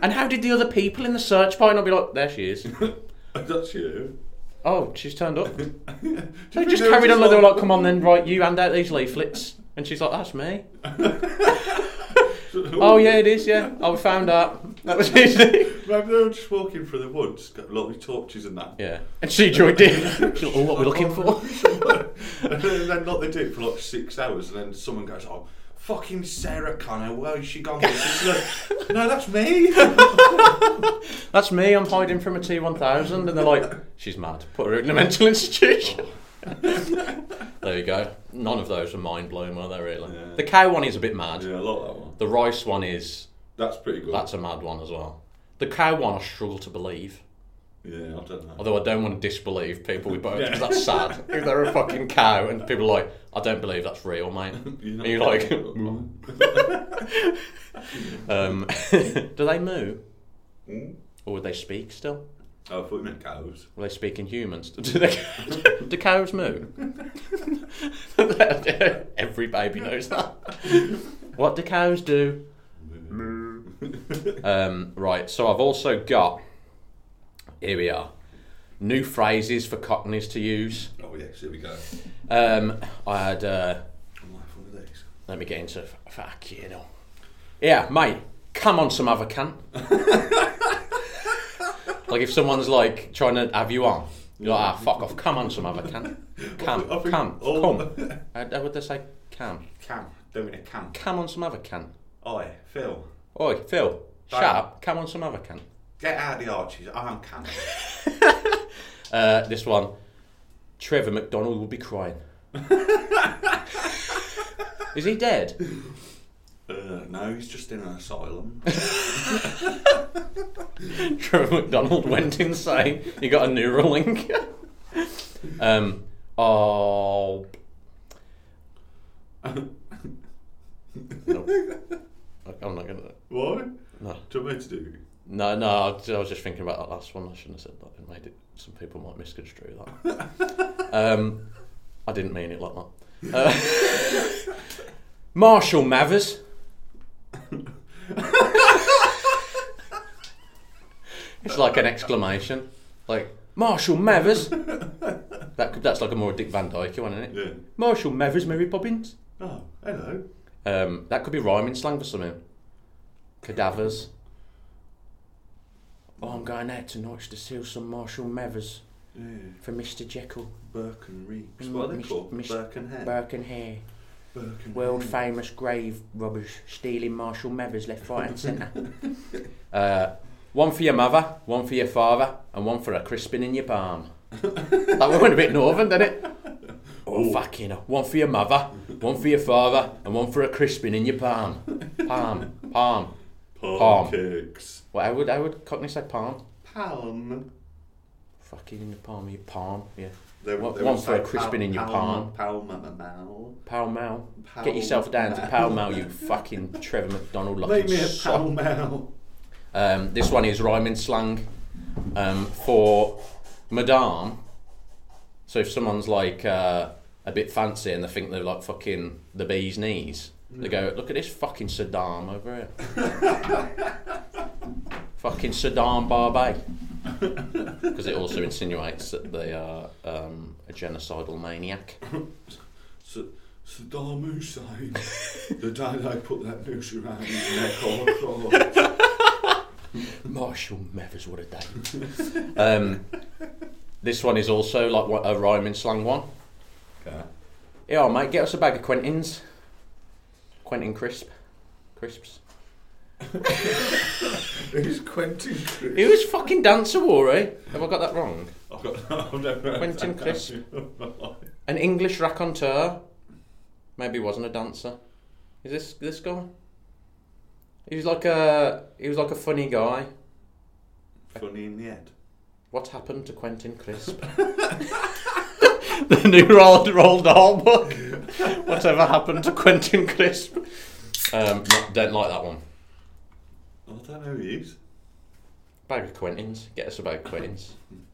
And how did the other people in the search party not be like, there she is? *laughs* That's you. Oh, she's turned up. Do They you just think carried there on like was just they were like, come on *laughs* then, right, you hand out these leaflets. And she's like, that's me. oh, yeah, it is, yeah. Oh, we found out. That was easy. Maybe they were just walking through the woods, got lovely torches and that. *laughs* yeah. And she joined in. *laughs* She's like, oh, what are we looking for? *laughs* and then not they do it for like six hours, and then someone goes, "Oh, fucking Sarah Connor, where's she gone?" She's like, no, *laughs* that's me. That's me, I'm hiding from a T1000. And they're like, she's mad. Put her in a mental institution. *laughs* there you go. None of those are mind blowing, were they, really? Yeah. The cow one is a bit mad. yeah, I like that one. The rice one is, That's pretty good. that's a mad one as well. The cow one I struggle to believe. yeah, I don't know. Although I don't want to disbelieve people with bones Yeah. because that's sad. if they're a fucking cow and people are like, I don't believe that's real, *laughs* mate. know- and you're like, *laughs* um, *laughs* do they moo? Mm. Or would they speak still? oh, I thought you meant cows. Will they speak in humans? *laughs* Do, they, do *laughs* cows moo? Every baby knows that. *laughs* What do cows do? Mm. Um, right, so I've also got. Here we are. New phrases for cockneys to use. oh yes, here we go. Um, I had. Uh, I'm like one of these. let me get into. Fuck you know. Yeah, mate, come on some other *laughs* cunt. like if someone's like trying to have you on, you're like, ah, fuck off, come on some other cunt. Come, *laughs* I think come, all- come. How, how would they say come? Cam, doing a cam. Come on some other cunt. Oi, Phil, Oi, Phil, shut Right. up, come on some other cunt. get out of the arches. I'm *laughs* cam. Uh, this one, Trevor McDonald would be *laughs* crying. Is he dead? Uh, no, he's just in *laughs* an asylum. Trevor McDonald went insane. He got a neural link. *laughs* um, oh. No. I'm not gonna. Why? No. Do you want me to do? No, no, I was- I was just thinking about that last one. I shouldn't have said that. It made it. Some people might misconstrue that. um, I didn't mean it like that. Uh, *laughs* Marshall Mathers. it's like an exclamation, like Marshall Mathers. That could, that's like a more Dick Van Dyke one, isn't it? Yeah. Marshall Mathers, Mary Poppins. Oh, hello. Um, that could be rhyming slang for something. Cadavers. Oh, I'm going out tonight to steal some Marshall Mevers Yeah. for Mr. Jekyll. Burke and Reeves. What are they Mis- called? mis- Burke and Hare. Burke and Hare, Burke and world Hare. famous grave robbers, stealing Marshall Mevers left, right, and centre. uh, one for your mother, one for your father, and one for a crispin in your palm. that one went a bit northern, didn't it? Oh, fucking hell. One for your mother, one for your father, and one for a crispin in your palm. Palm, palm. Palm. Pancakes. Well, I would, I would Cockney say palm. Palm. Fucking in your palm, your palm, yeah. They, One- they one would for a say crispin in your palm. Palm, palm, palm. Pall Mall. Pall Get yourself down to Mall. Pall Mall, *laughs* you fucking Trevor McDonald looking Make me a sock. pal mall. Um, this one is rhyming slang um, for Madame. So if someone's like uh, a bit fancy and they think they're like fucking the bee's knees, they go, look at this fucking Saddam over here. *laughs* fucking Saddam Barbe. Because it also insinuates that they are um, a genocidal maniac. *laughs* S- Saddam Hussein. *laughs* the day they put that noose around his neck, I *laughs* cried. Marshall Mathers, what a day. um, this one is also like what- a rhyming slang one. Okay. Yeah, mate, get us a bag of Quentins. Quentin Crisp. Crisps. It was Quentin Crisp. It was fucking Dancer War, eh? Have I got that wrong? I've got I've never heard Quentin that Crisp. name in my life. An English raconteur. Maybe he wasn't a dancer. Is this this guy? He was like a he was like a funny guy. Funny in the head. What happened to Quentin Crisp? *laughs* the new Roald, Roald Dahl book. Whatever happened to Quentin Crisp? Um, not, don't like that one. I don't know who he is. Bag of Quentins. Get us a bag of Quentins.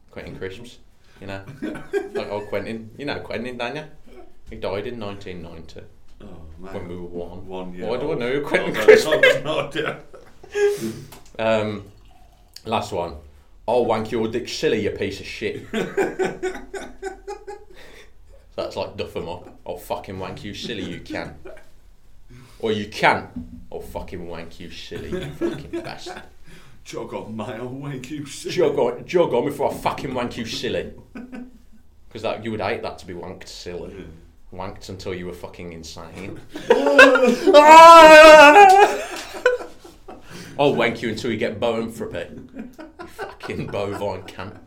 Quentin Crisps. You know, like old Quentin. You know Quentin, don't you? He died in 1990 Oh, man. when we were one. One year. Why do I old. know who Quentin Oh, no, Crisp I've no idea. Um, last one. I'll wank your dick silly, you piece of shit. so that's like duff 'em up. I'll fucking wank you silly, you can. Or you can. I'll fucking wank you silly, you fucking bastard. Jog on, mate. I'll wake you soon. Jog on, jog on before I fucking wank you silly. Because that you would hate that to be wanked silly. Wanked until you were fucking insane. I'll wank you until you get bone for a bit. You fucking bovine cunt.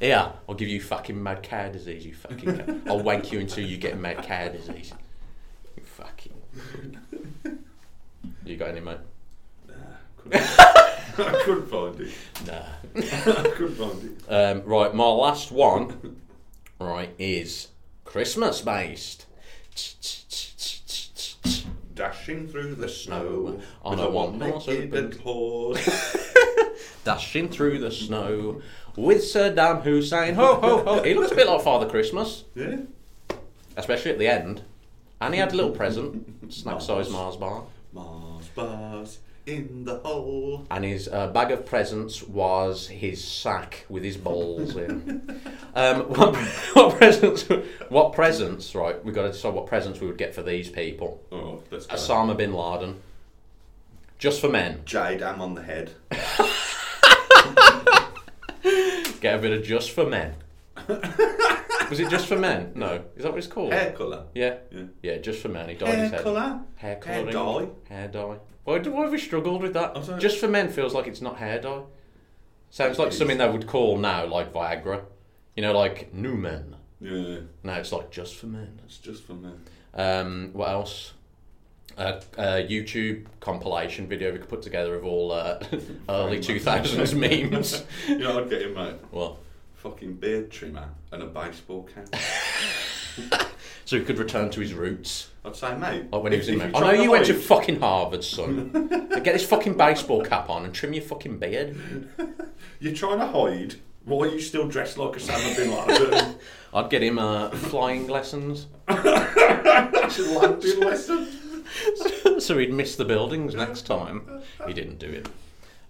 yeah, I'll give you fucking mad cow disease, you fucking cunt. I'll wank you until you get mad cow disease. You fucking. You got any, mate? I couldn't find it. Nah. I couldn't find it. Um, right, my last one, right, is Christmas based. Dashing through the snow On with a a one-horse one-legged open- horse. Dashing through the snow with Saddam Hussein. Ho, ho, ho. He looks a bit like Father Christmas, yeah. especially at the end. And he had a little present, snack size Mars bar. Mars bars in the hole. And his uh, bag of presents was his sack with his balls in. Um, what, *laughs* what presents? What presents? Right, we got to decide what presents we would get for these people. Oh, let's go. Osama bin Laden, just for men. Jade am on the head. Get a bit of just for men. Was it just for men? No, is that what it's called? Hair colour. Yeah, Yeah. yeah, just for men. He dyed his Hair head. colour. Hair Hair colouring. Hair dye. Why, do, why have we struggled with that? I'm sorry. Just for men feels like it's not hair dye. Sounds like It is. something they would call now, like Viagra. You know, like new men. Yeah, Now it's like just for men. it's just for men. Um, what else? A, a YouTube compilation video we could put together of all *laughs* uh, early two *laughs* thousands memes. You know, I'd get him mate. Well, Fucking beard trimmer and a baseball cap. so he could return to his roots, I'd say, mate. like Oh, when he was in. if I know drop you went to the fucking Harvard, son. *laughs* But get this fucking baseball cap on and trim your fucking beard. You're trying to hide. Why are you still dressed like Osama bin *laughs* Laden? I'd get him uh, flying lessons, Landing lesson. *laughs* so he'd miss the buildings next time. He didn't do it.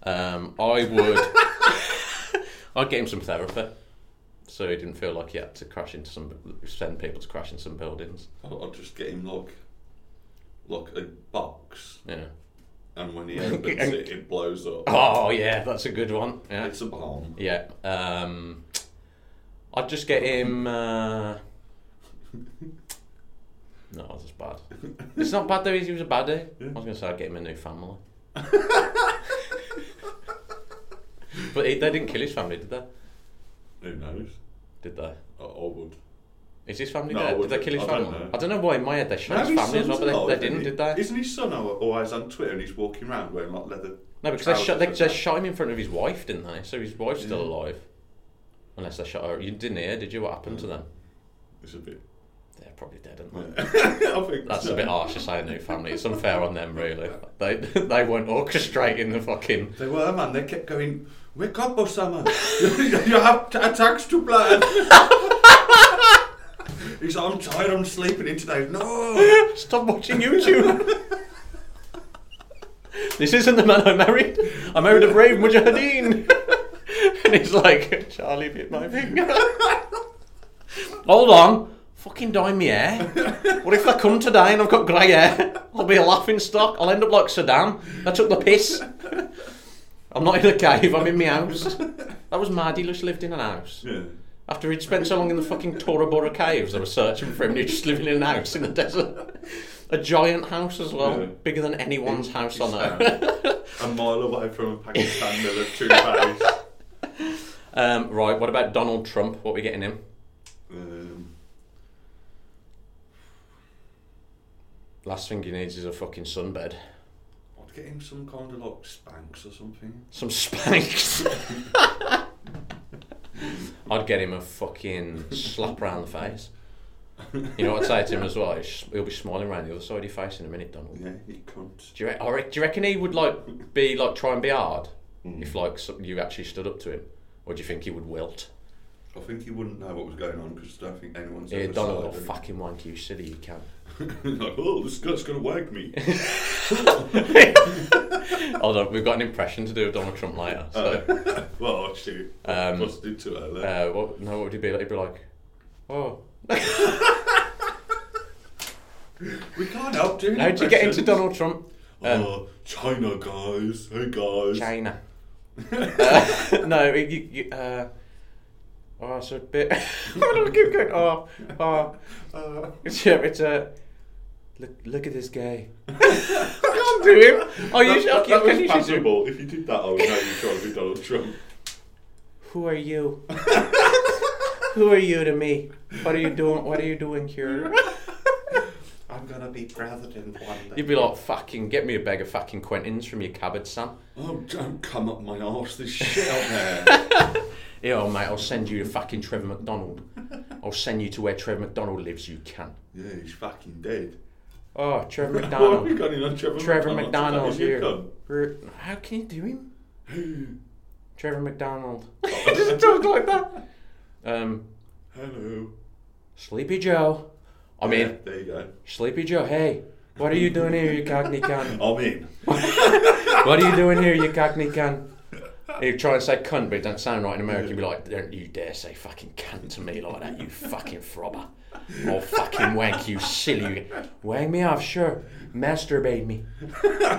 Um, I would. *laughs* I'd get him some therapy, so he didn't feel like he had to crash into some, send people to crash into some buildings. I'll, I'll just get him like, like a box, Yeah. and *laughs* when he opens it, it blows up. Oh yeah, that's a good one. Yeah. It's a bomb. Yeah. Um, I'd just get him. Uh... No, that's bad. It's not bad though. He was a baddie. I was gonna say I'd get him a new family. but he, they didn't kill his family, did they? Who knows? Did they? I, I would. Is his family No, I dead? Did they wouldn't. kill his I family? don't know. I don't know why in my head they No, shot his his family as son's well, but they, alive, they didn't, isn't he? did they? Isn't his son al- always on Twitter and he's walking around wearing like leather? No, because they shot, they, trousers they and shot him in front of his wife, didn't they? So his wife's still Yeah. alive. Unless they shot her. You didn't hear, did you? What happened to them? that? It's a bit. *laughs* They're probably dead, aren't they? I think That's so. a bit harsh to say new family. It's unfair on them, really. They *laughs* they weren't orchestrating the fucking. They were, man. They kept going, wake up, Osama. you have t- attacks to plan. *laughs* He's like, I'm tired, I'm sleeping in today. No! Stop watching YouTube. *laughs* this isn't the man I married. I married a brave mujahideen. *laughs* and he's like, Charlie bit my finger. *laughs* Hold on, fucking dye me hair. What if I come today and I've got grey hair? I'll be a laughing stock. I'll end up like Saddam. I took the piss. I'm not in a cave. I'm in my house. That was mad. He just lived in an house. Yeah. After he'd spent so long in the fucking Tora Bora caves, they were searching for him, and he was just living in an house in the desert. A giant house as well, Yeah. bigger than anyone's house on earth. He's, um, a mile away from a Pakistan *laughs* military base. Um, right, what about Donald Trump? What are we getting him? Um, Last thing he needs is a fucking sunbed. I'd get him some kind of like spanks or something. Some spanks. *laughs* I'd get him a fucking slap round the face. You know what I'd say to him as well? He's- He'll be smiling around the other side of your face in a minute, Donald. Yeah, you cunt. Do you, re- I re- do you reckon he would like be like try and be hard Hmm. if like so- you actually stood up to him, or do you think he would wilt? I think he wouldn't know what was going on because I don't think anyone's Yeah, ever Donald, saw oh, it. fucking wank you silly, you can. *laughs* like, oh, this guy's gonna *laughs* wag me. Hold on, we've got an impression to do of Donald Trump later. So, Oh. well, actually, Um, busted to her there. uh, what, no, what would he be like? He'd be like, oh, we can't help doing how'd you get into impressions. Donald Trump? Um, oh, China guys, hey guys. China. Uh, *laughs* no, you, you, uh, oh, so a bit. *laughs* I don't keep going. Oh, oh, Uh, It's yeah, it's a look. Look at this *laughs* guy. I can't do him. Oh, you that, should. that, Okay, that okay, you should do. was him. passable. If you did that, I would know you tried to be Donald Trump. Who are you? *laughs* Who are you to me? What are you doing? What are you doing here? I'm gonna be president one day. *laughs* You'd be like, fucking, get me a bag of fucking Quentins from your cupboard, son. *laughs* Oh, don't come up my arse. There's shit out there. *laughs* Yo, mate, I'll send you to fucking Trevor *laughs* McDonald. I'll send you to where Trevor McDonald lives, you can. yeah, he's fucking dead. Oh, Trevor Why have we McDonald. got in on Oh, *laughs* Trevor, Trevor McDonald? McDonald's Is he a here. cunt? We're- How can you do him? Trevor *laughs* McDonald. Just talk like that. Um, Hello. Sleepy Joe, I'm in. There you go. Sleepy Joe, hey, what are you doing here, you cockney cunt? I'm in. What are you doing here, you cockney cunt? You try and say cunt, but it doesn't sound right in America. You'd be like, don't you dare say fucking cunt to me like that, you fucking frobber. Or fucking wank, you silly. Wang me off, sure. Masturbate me.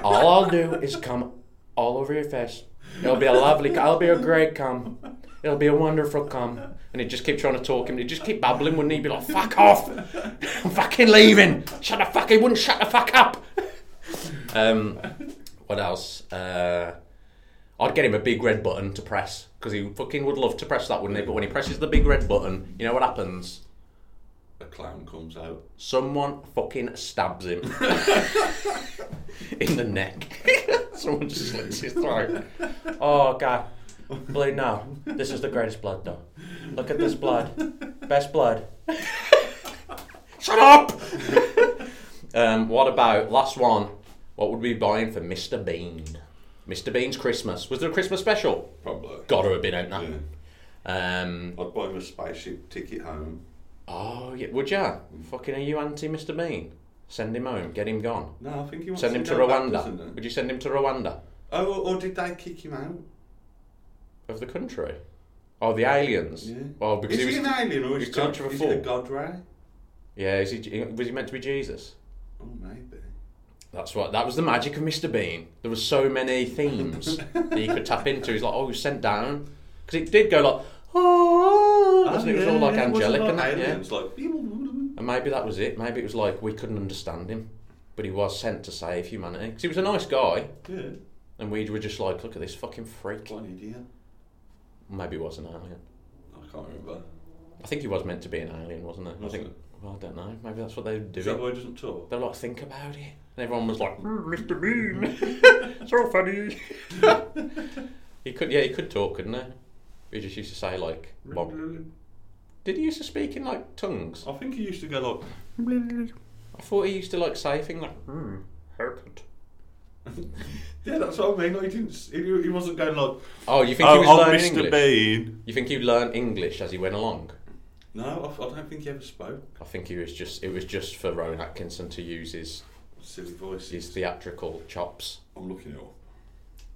All I'll do is come all over your face. It'll be a lovely, I'll be a great cum. It'll be a wonderful cum. And he'd just keep trying to talk him. He'd just keep babbling, wouldn't he? He'd be like, fuck off. I'm fucking leaving. Shut the fuck, he wouldn't shut the fuck up. Um, what else? Uh, I'd get him a big red button to press because he fucking would love to press that, wouldn't he? But when he presses the big red button, you know what happens? A clown comes out. Someone fucking stabs *laughs* him in the neck. *laughs* Someone just slits *laughs* his throat. Oh god, bleed now. This is the greatest blood, though. Look at this blood, best blood. *laughs* Shut up. *laughs* um, what about last one? What would we be buying for Mr. Bean? Mr. Bean's Christmas. Was there a Christmas special? Probably. Got to have been out now. Yeah. Um, I'd buy him a spaceship ticket home. oh, yeah, would ya? Fucking are you anti Mr. Bean? Send him home, get him gone. No, I think he wants Send him to go back, doesn't Rwanda. he? Would you send him to Rwanda? Oh, or, or did they kick him out? Of the country? Oh, the aliens? Yeah. Oh, because is he, he was. an alien or he's is, God, touch of a is he a fool. god ray? yeah, is he, was he meant to be Jesus? Oh, maybe. That's what. That was the magic of Mr. Bean. There were so many *laughs* themes that you could tap into. He's like, oh, he was sent down. Because it did go like, oh, wasn't it? It was all like Ah, yeah, wasn't angelic like and that, yeah. aliens, like, And maybe that was it. Maybe it was like we couldn't understand him, but he was sent to save humanity. Because he was a nice guy, yeah, and we were just like, look at this fucking freak. what an idiot. Maybe he was an alien. I can't remember. I think he was meant to be an alien, wasn't he? I Was think. it? Well, I don't know. Maybe that's what they do. Is that why he doesn't talk? They're like, think about it. And everyone was like, "Mm, Mr. *laughs* Bean, so funny. he could, yeah, he could talk, couldn't he? He just used to say like, well, did he used to speak in like tongues? I think he used to go *laughs* like. I thought he used to like say things like, hmm, haircut. Yeah, that's what I mean. Like, he didn't. s- He, he wasn't going like. Oh, you think he Oh, was oh, learning Mr. English? Bean. You think he learned English as he went along? No, I, I don't think he ever spoke. I think he was just it was just for Rowan Atkinson to use his, Silly voices. his theatrical chops. I'm looking it up.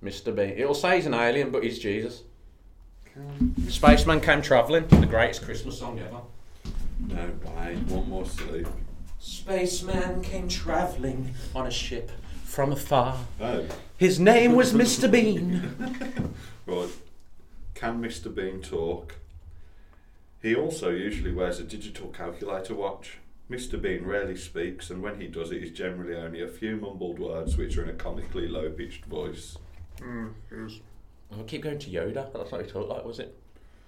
Mr. Bean. It'll say he's an alien, but he's Jesus. Spaceman came travelling. The greatest Christmas song ever. No way. One more sleep. Spaceman came travelling on a ship from afar. Oh, His name was Mr. *laughs* Bean. right. Can Mr. Bean talk? He also usually wears a digital calculator watch. Mr. Bean rarely speaks, and when he does, it is generally only a few mumbled words which are in a comically low pitched voice. I keep going to Yoda. That's not he talked like, was it?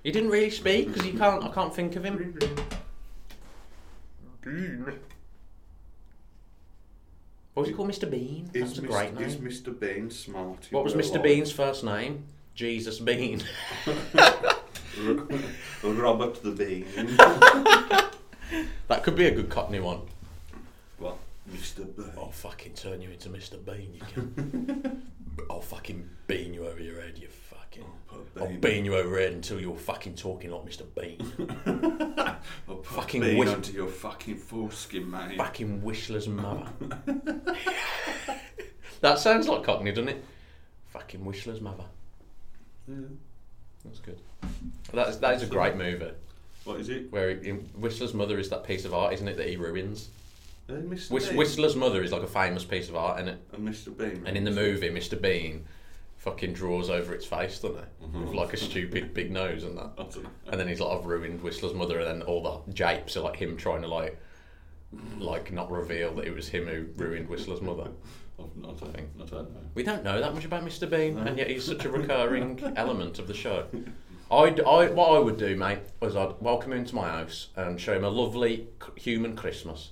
He didn't really speak because you can't. I can't think of him. Bean. What was he called, Mr. Bean? Is, That's a great Mr. is name. Mr. Bean smart? in What was real Mr. life? Bean's first name? Jesus Bean. *laughs* *laughs* Robert the Bean. that could be a good Cockney one. what? Mr. Bean. I'll Oh, fucking turn you into Mr. Bean, you can. *laughs* I'll fucking bean you over your head, you fucking. put I'll Bean- Oh, bean you over your head until you're fucking talking like Mr. Bean. I'll put fucking Bean wit- onto your fucking foreskin, mate. fucking Whistler's mother. *laughs* that sounds like Cockney, doesn't it? Fucking Whistler's mother. Yeah. That's good. That is, that is a great movie. What is it? Where he, Whistler's mother is that piece of art, isn't it, that he ruins? Uh, Mr. Whis- Bean. Whistler's mother is like a famous piece of art, is it? And Mr. Bean. And in the movie, Mr. Bean fucking draws over its face, doesn't he? With like a stupid big nose and *laughs* that. That's a- And then he's like, I've ruined Whistler's mother, and then all the japes are like him trying to like, like not reveal that it was him who ruined Whistler's mother. I've not, I think. I don't know. We don't know that much about Mr. Bean, and yet he's such a recurring element of the show. I'd, I, what I would do, mate, was I'd welcome him into my house and show him a lovely c- human Christmas.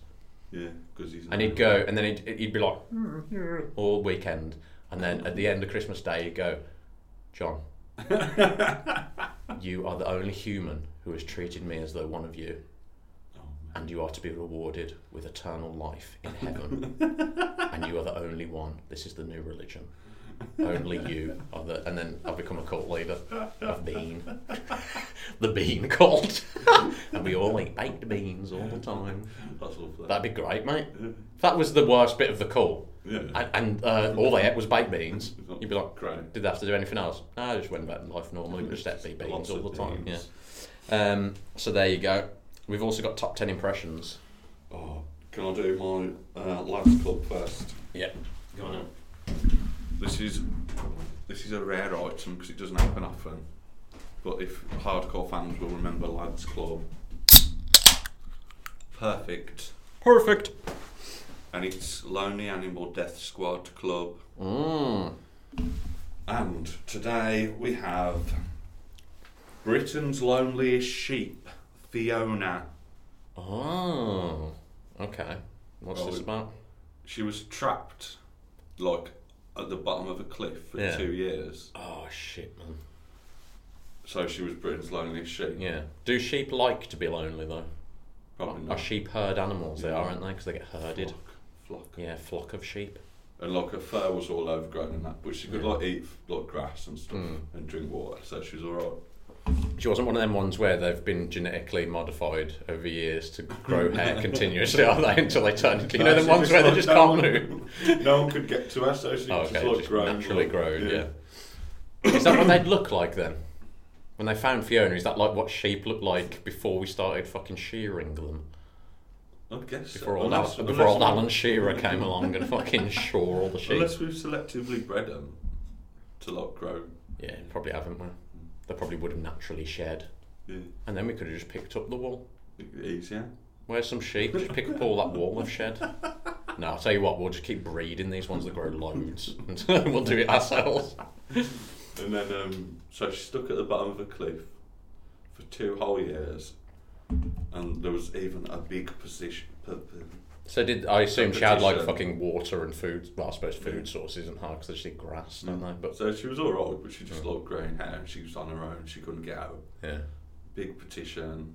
Yeah, because he's. And he'd go, and then he'd, he'd be like, "Mm-hmm," all weekend. And then at the end of Christmas Day, he'd go, John, you are the only human who has treated me as though one of you. Oh, And you are to be rewarded with eternal life in *laughs* heaven. and you are the only one. This is the new religion. Only you are the. *laughs* And then I've become a cult *laughs* leader. I've been. the bean cult. and we all ate baked beans all the time. That's lovely. That'd be great, mate. If that was the worst bit of the call, Yeah. and, and uh, all they ate was baked beans, you'd be like, Great. did they have to do anything else? No, I just went about life normally, but just ate baked beans Lots all the of time. beans. Yeah. Um, so there you go. We've also got top ten impressions. Oh, can I do my uh, lads club first? Yeah. Go on. This is this is a rare item because it doesn't happen often. But if hardcore fans will remember lads club, perfect. Perfect. And it's Lonely Animal Death Squad Club. Mm. And today we have Britain's loneliest sheep, Fiona. Oh. Okay. What's Well, this we- about? She was trapped, like, at the bottom of a cliff for Yeah. two years. Oh shit, man. So she was Britain's loneliest sheep. Yeah. Do sheep like to be lonely though? Probably Are not. sheep herd animals? They Yeah. are, aren't they? Because they get herded. Flock, flock. Yeah, flock of sheep. And like her fur was all overgrown and that, but she could Yeah. like eat like grass and stuff Mm. and drink water, so she was alright. She wasn't one of them ones where they've been genetically modified over years to grow *laughs* hair continuously, are they? Until they turn. You know, No, the she ones where they like, just no can't one- move. No one could get to her, so she Oh, just okay, like just grown, naturally like, grown. Yeah. Is that what they'd look like then? When they found Fiona, is that like what sheep looked like before we started fucking shearing them? I guess Before so. old, Unless- Al- before old unless- Alan Shearer came along and fucking shore all the sheep. Unless we've selectively bred them to like grow. Yeah, probably haven't we? They probably would have naturally shed. Yeah, And then we could have just picked up the wool. easier. Where's some sheep? Just pick up all that wool they've shed. No, I'll tell you what, we'll just keep breeding these ones that grow loads. *laughs* and we'll do it ourselves. And then, um, so she stuck at the bottom of a cliff for two whole years, and there was even a big position. p- p- So did I assume she had like Competition. fucking water and food? Well, I suppose food sources and hard because they just eat grass, don't they? But So she was alright, but she just loved growing hair. and She was on her own. She couldn't get out. yeah, Big petition,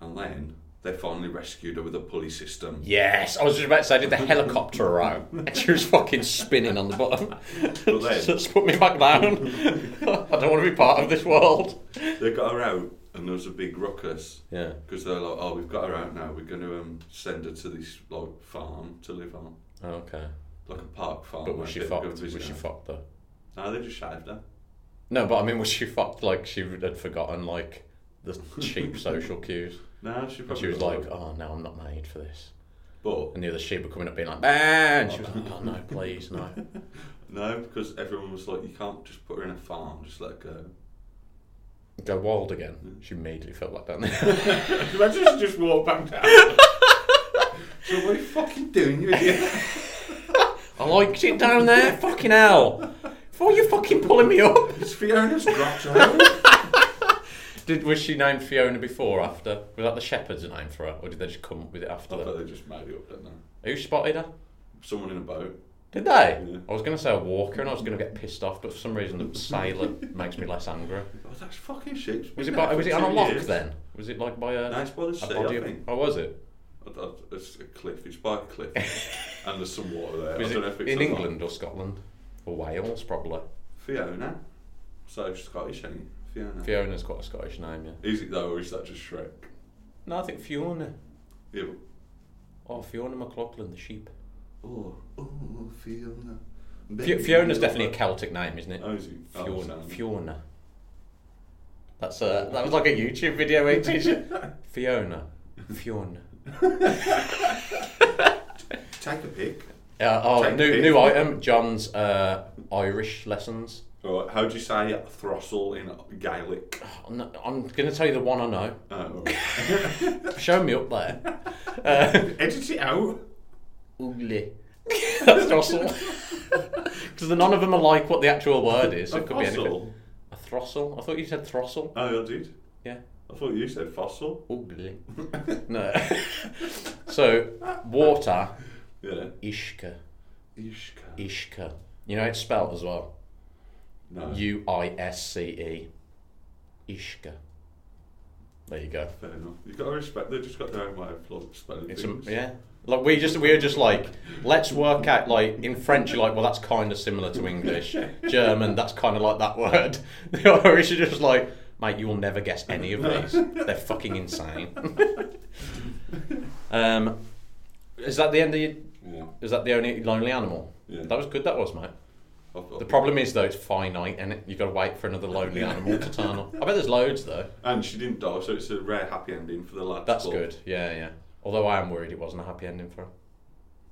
and then they finally rescued her with a *laughs* pulley system. yes, I was just about to say, I did the helicopter row, and she was fucking spinning on the bottom. But then *laughs* Just put me back down. *laughs* I don't want to be part of this world. they got her out, and there was a big ruckus. Yeah. Because they're like, oh, we've got her out now. We're going to um, send her to this like farm to live on, Oh, okay. like a park farm. But where was she people fucked? go Was visit she her. fucked though? No, they just shaved her. No, but I mean, was she fucked? Like she had forgotten like the cheap social cues. No, she And probably she was got like, her. "Oh no, I'm not made for this." but And the other sheep were coming up being like, "Man," she was like, "Oh no, please, no." no, because everyone was like, you can't just put her in a farm, just let her go. Go wild again. Hmm. She immediately felt like that. *laughs* *laughs* Imagine she just walked back down. so what are you fucking doing, you idiot? I liked it down there. Fucking hell. Why are you fucking pulling me up? It's Fiona's *laughs* dropped her. Did was she named Fiona before or after? Was that the shepherd's name for her, or did they just come up with it after? I That? bet they just made it up, didn't they? Who spotted her? Someone in a boat. Did they? Yeah. I was going to say a walker, and I was going to get pissed off, but for some reason the sailor *laughs* makes me less angry. Oh, that's fucking shit. It's Was been it there by, for was it two on a lock years. then? Was it like by a, No, it's by the a sea, body I of- think. Oh, was it? I- I- It's a cliff. It's by *laughs* a cliff, and there's some water there. Was I it don't know if it's in a lot. England or Scotland or Wales probably? Fiona. So Scottish, ain't it? Fiona. Fiona's got a Scottish name, yeah. Is it though, or is that just Shrek? No, I think Fiona. Yeah. but- Oh, Fiona McLaughlin, the sheep. Oh, oh, Fiona. Fi- Baby, Fiona's you definitely a are- Celtic name, isn't it? Oh, is it? Oh, Fiona. sound. Fiona. That's a that was like a YouTube video where *laughs* teacher Fiona. Fiona. Take a pic. Uh, oh, Take new the new piss. item. John's uh, Irish lessons. All right, how do you say throstle in Gaelic? I'm, not- Oh, I'm going to tell you the one I know. Oh, all right. Show me up there. Uh, *laughs* Edit it out. Ugly. *laughs* That's throstle. *laughs* Because none of them are like what the actual word is. so A it could be anything. fossil. A throstle. I thought you said throstle. Oh, I did. Yeah. I thought you said fossil. *laughs* Ugly. no. *laughs* so water. Yeah. Ishka. Ishka. Ishka. You know how it's spelled as well. No. U I S C E. Ishka. There you go. Fair enough. You've got to respect. They've just got their own way of like, spelling It's a, things. yeah. Like we just we are just like let's work out like in French you're like well that's *laughs* kind of similar to English German that's kind of like that word the Irish are just like Mike, you will never guess any of these. They're fucking insane. um, is that the end of your? Yeah. Is that the only lonely animal? Yeah. That was good. That was, mate. I've- The I've- problem is though, it's finite, and you've got to wait for another lonely animal to turn *laughs* up. I bet there's loads though. And she didn't die, so it's a rare happy ending for the lads. That's club. good. Yeah, yeah. Although I am worried it wasn't a happy ending for her.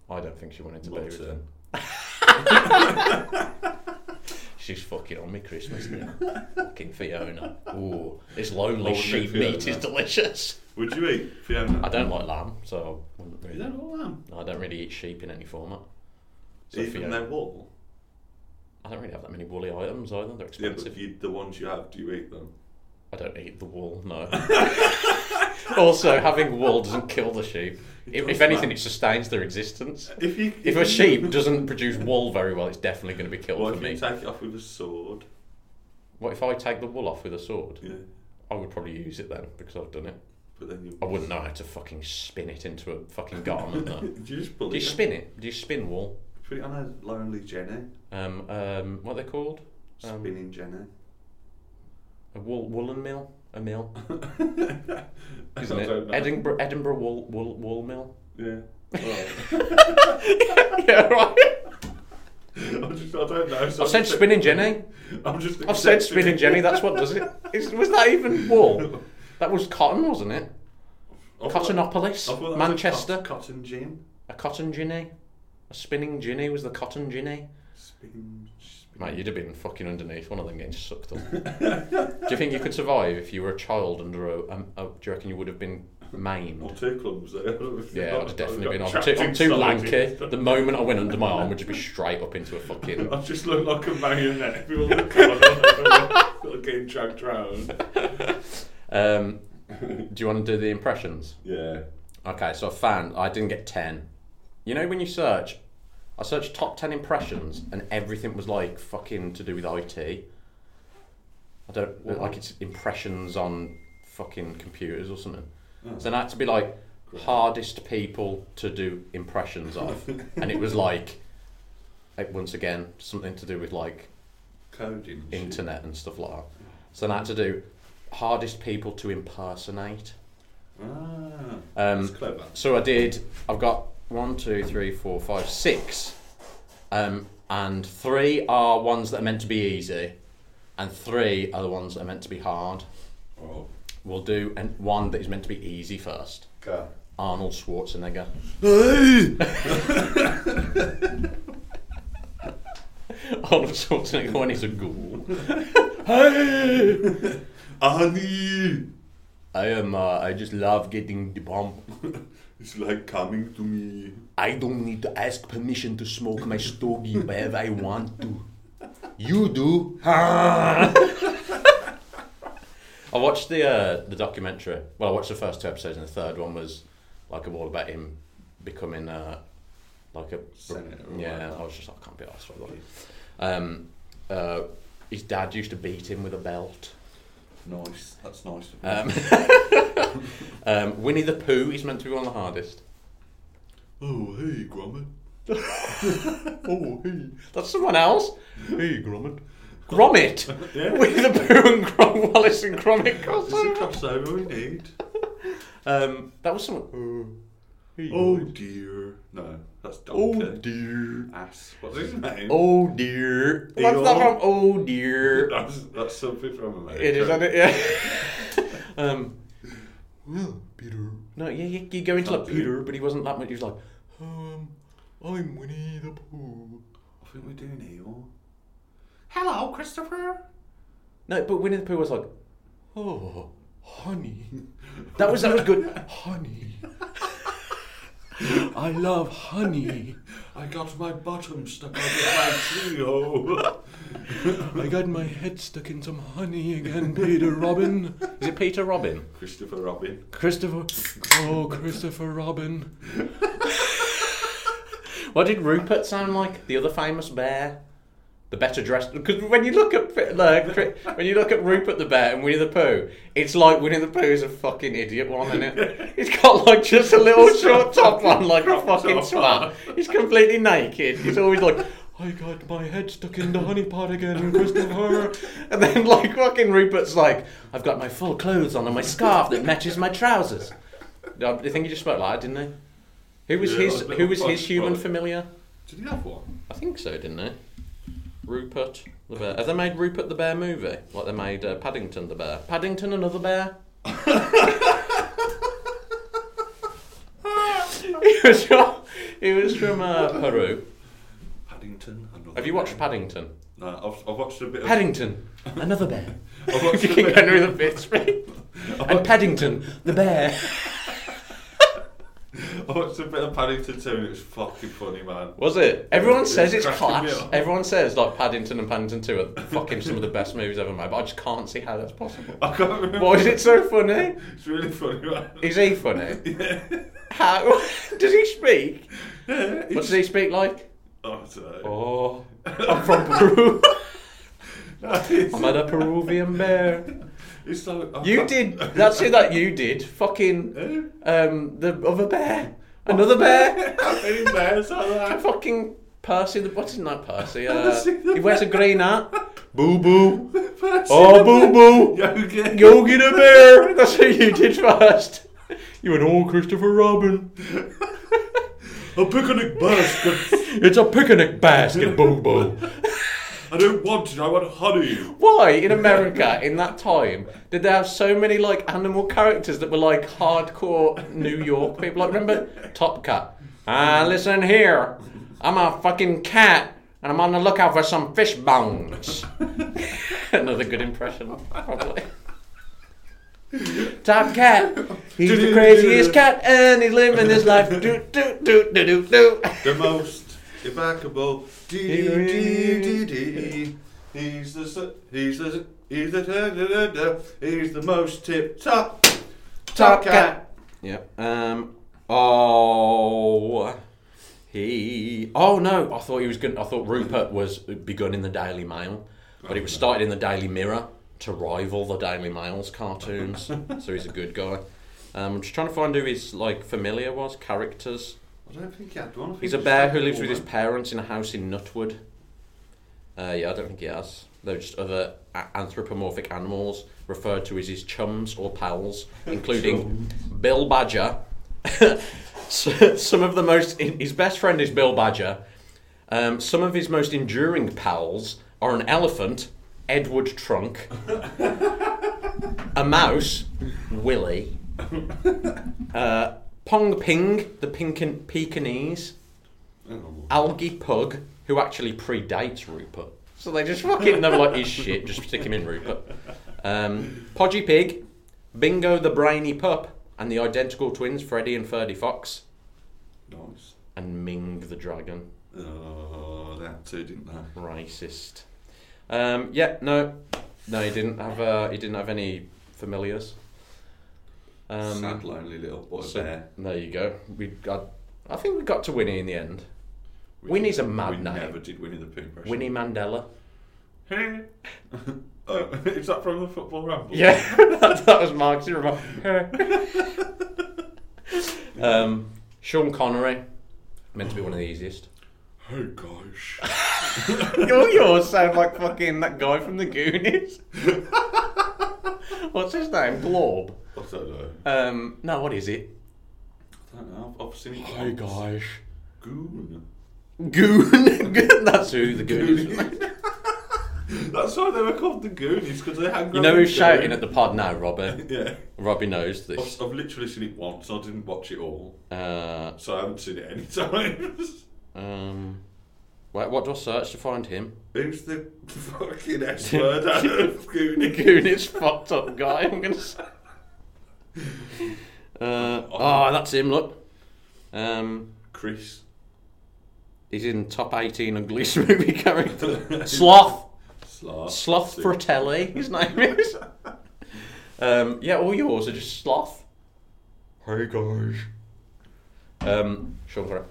I don't think she wanted to be Long with term. them. *laughs* She's fucking on me Christmas now. fucking Fiona. Ooh, this lonely Lonely sheep Fiona. meat is delicious. Would you eat Fiona? I don't like lamb, so I wouldn't You really. don't like lamb? No, I don't really eat sheep in any format. So Even Fiona, their wool? I don't really have that many woolly items either. They're Yeah, expensive. but you, the ones you have, do you eat them? I don't eat the wool, no. *laughs* also, having wool doesn't kill the sheep. If, if does, anything, man. it sustains their existence. If you, If a sheep doesn't produce wool very well, it's definitely going to be killed what for me. if you take it off with a sword? what if I take the wool off with a sword? Yeah, I would probably use it then because I've done it. but *laughs* then you. I wouldn't know how to fucking spin it into a fucking garment *laughs* though. Do you just pull Do you it? spin it? Do you spin wool? Put it on a lonely Jenny, Um, um, what are they called? Um, spinning Jenny. A wool, woolen mill? A *laughs* mill? Isn't I it? don't know. Edinburgh, Edinburgh wool, wool, wool *laughs* mill? *laughs* Yeah. Well, *laughs* yeah, right. I'm just, I don't know. So I've said spinning Jenny. *laughs* I'm just. I've said accepting spinning it. Jenny. That's what does it. Is, was that even wool? That was cotton, wasn't it? I thought- I Cottonopolis, thought that was a Manchester. cot- Cotton gin. a cotton ginny, a spinning ginny was the cotton ginny. Spin. spin- Mate, you'd have been fucking underneath one of them getting sucked up. do you think you could survive if you were a child under a? Um, a do you reckon you would have been Well, *laughs* maimed? two clubs there. Yeah, I'd have definitely got been. I'm trapped too, I'm too inside lanky. it. *laughs* The moment I went under my arm would just be straight up into a fucking. I've just looked like a *laughs* marionette. People look *laughs* on, getting dragged round. Um, do you want to do the impressions? Yeah. Okay, so I found I didn't get ten. You know when you search, I searched top ten impressions and everything was like fucking to do with IT. I don't like it's impressions on fucking computers or something. So then I had to be like hardest people to do impressions of, and it was like, like once again something to do with like Coding. and shit. internet and stuff like that. So then I had to do hardest people to impersonate. Ah, Um, that's clever. So I did. I've got one, two, three, four, five, six, um, and three are ones that are meant to be easy, and three are the ones that are meant to be hard. Oh, We'll do an, one that is meant to be easy first. okay. Arnold Schwarzenegger. *laughs* *laughs* Arnold Schwarzenegger when he's a ghoul. hey! Annie! I am. Uh, I just love getting the bump. It's like coming to me. I don't need to ask permission to smoke my stogie wherever I want to. You do. *laughs* I watched the uh, the documentary. Well, I watched the first two episodes, and the third one was like all about him becoming uh, like a Senator or Yeah, whatever. I was just like, I can't be arsed for that. Um, uh, his dad used to beat him with a belt. Nice. That's nice. Of you. Um, um, Winnie the Pooh is meant to be one of the hardest. oh, hey, *laughs* Grumman. Oh, hey. That's someone else. Hey, Gromit. *laughs* Gromit! Yeah. Winnie the Pooh and Grom Wallace and Gromit It's a crossover. crossover we need. Um, that was someone. Oh, hey, Oh Gromit. dear. No, that's oh Donkey. dear. Ass. What's his name? Oh dear. What's that Eeyore. from? Oh dear. *laughs* That's, that's something from America. It is, isn't it? Yeah. *laughs* um, Well, Peter, no, yeah, you, you go into like Something. Peter, but he wasn't that much. He was like, um, I'm Winnie the Pooh. I think we're doing Eeyore. Hello, Christopher. no, but Winnie the Pooh was like, oh. Honey, That was that was good. *laughs* honey. I love honey. I got my bottom stuck on my *laughs* trio. I got my head stuck in some honey again, Peter Robin. Is it Peter Robin? Christopher Robin. Christopher, oh, Christopher Robin. *laughs* What did Rupert sound like? The other famous bear, the better dressed. Because when you look at like, Cri- when you look at Rupert the bear and Winnie the Pooh, it's like Winnie the Pooh is a fucking idiot one, isn't it? He's got like just a little short top on, like a fucking top on. twat. He's completely naked. He's always like, I got my head stuck in the honey pot again, Christopher. And then, like, fucking Rupert's like, I've got my full clothes on and my scarf that matches my trousers. I think he just spoke like that, didn't he? Who was Yeah, his a bit Who of was punch, his human probably. familiar? Did he have one? I think so, didn't they? Rupert the bear. Have they made Rupert the bear movie? Like they made uh, Paddington the bear. Paddington another bear. *laughs* he was from he was from uh, Peru. Paddington. Another Have you watched Paddington? No, I've, I've watched a bit. Of, Paddington another bear. I've watched a King bit- Henry the Fifth. and Paddington the bear. *laughs* I watched a bit of Paddington too, and it was fucking funny, man. Was it? Everyone It's says it's cracking me class. up. Everyone says like Paddington and Paddington Two are fucking some of the best movies ever made. But I just can't see how that's possible. I can't remember. Why is it so funny? It's really funny, man. *laughs* Is he funny? yeah. *laughs* How *laughs* does he speak? yeah What does he speak like? Oh, sorry. Oh, I'm from Peru. *laughs* I'm at a Peruvian bear. It's so. I You can't- did. That's it. That you did. Fucking Eh? um, the other bear. Another bear. How many bears are *laughs* there? Fucking Percy. The, what's his name? Percy. Uh, Percy the he wears a green *laughs* hat. Boo boo. Percy Oh the boo *laughs* bear. boo. Yogi. Yogi the Bear. That's what you did first. You an old Christopher Robin. A picnic basket. It's a picnic basket, Boo Boo. I don't want it. I want honey. *laughs* Why in America in that time did they have so many like animal characters that were like hardcore New York people? Like remember Top Cat? Ah, listen here, I'm a fucking cat and I'm on the lookout for some fish bones. *laughs* Another good impression, probably. Top Cat, he's the craziest cat and he's living his life. Do do do do do do. The most remarkable. Dee dee dee dee dee. He's the. s- He's the. He's the. da, da, da, da. He's the most tip top. Top Cat. Yep. Um. Oh. He. Oh no! I thought he was going. to I thought Rupert was begun in the Daily Mail, but it was started in the Daily Mirror to rival the Daily Mail's cartoons. so he's a good guy. Um, I'm just trying to find who his like familiar was characters. I don't think he had one. I think He's a just bear had who a lives with his woman. parents in a house in Nutwood. Uh, yeah, I don't think he has. They're just other a- anthropomorphic animals referred to as his chums or pals, including Bill Badger. *laughs* So- some of the most his best friend is Bill Badger. Um, some of his most enduring pals are an elephant, Edward Trunk, a mouse, Willie, uh, Pong Ping, the Pinkin- Pekingese algae pug who actually predates Rupert. So they just fucking they're like his shit, just stick him in Rupert. Um, Podgy Pig, Bingo the Brainy Pup, and the identical twins Freddy and Ferdy Fox, Nice. and Ming the Dragon. Oh, that too, didn't they? Racist. Um, yeah, no, no, he didn't have uh, he didn't have any familiars. Um, Sad, lonely little boy so- bear. there you go. We got. I think we got to Winnie in the end. Winnie's a mad we name. never did Winnie the Pooh impression. Winnie Mandela. *laughs* Hey. *laughs* oh, is that from the football ramble? Yeah, *laughs* that, that was Mark's remark. *laughs* um, Sean Connery, meant to be one of the *laughs* easiest. Hey *laughs* guys. All yours sound like fucking that guy from the Goonies. *laughs* What's his name? Blob. I don't know. Um, no, what is it? I don't know. I've, I've seen it. Oh, Hi, once. guys. Goon. Goon. *laughs* Goon- That's who the Goonies. were. *laughs* That's why they were called the Goonies because they hang. You know who's shouting at the pod now, Robert? *laughs* Yeah. Robbie knows I've, this. *laughs* I've literally seen it once. I didn't watch it all, Uh, so I haven't seen it any *laughs* times. um, wait, what do I search to find him? Who's the fucking S word *laughs* out of The Goonies? Goonies fucked up guy, I'm gonna say. Uh, oh, that's him, look. Um, Chris. he's in top 18 ugliest *laughs* movie character. Sloth! Sloth. Sloth Fratelli, his name is. Um, yeah, all yours are just Sloth. Hey, guys. Um, Sean Connery.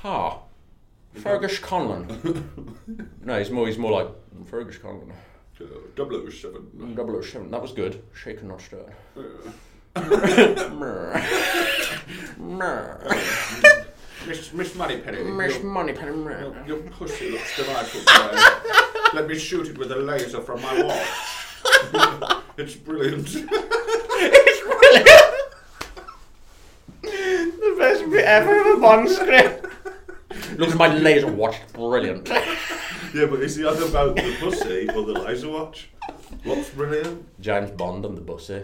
Ha. Fergus Conlon. No, he's more, he's more like Fergus Conlon. Double O Seven. 007. That was good. Shaken, not stirred. Mm. Mer. Mer. Miss, Miss Moneypenny. Miss your- Moneypenny. Your, your pussy looks delightful today. *laughs* Let me shoot it with a laser from my watch. *laughs* it's brilliant. It's brilliant. *laughs* the best bit ever of a Bond script. Look at my laser watch. Brilliant. Yeah, but is the other about the pussy or the laser watch? What's brilliant? James Bond and the eh? bussy.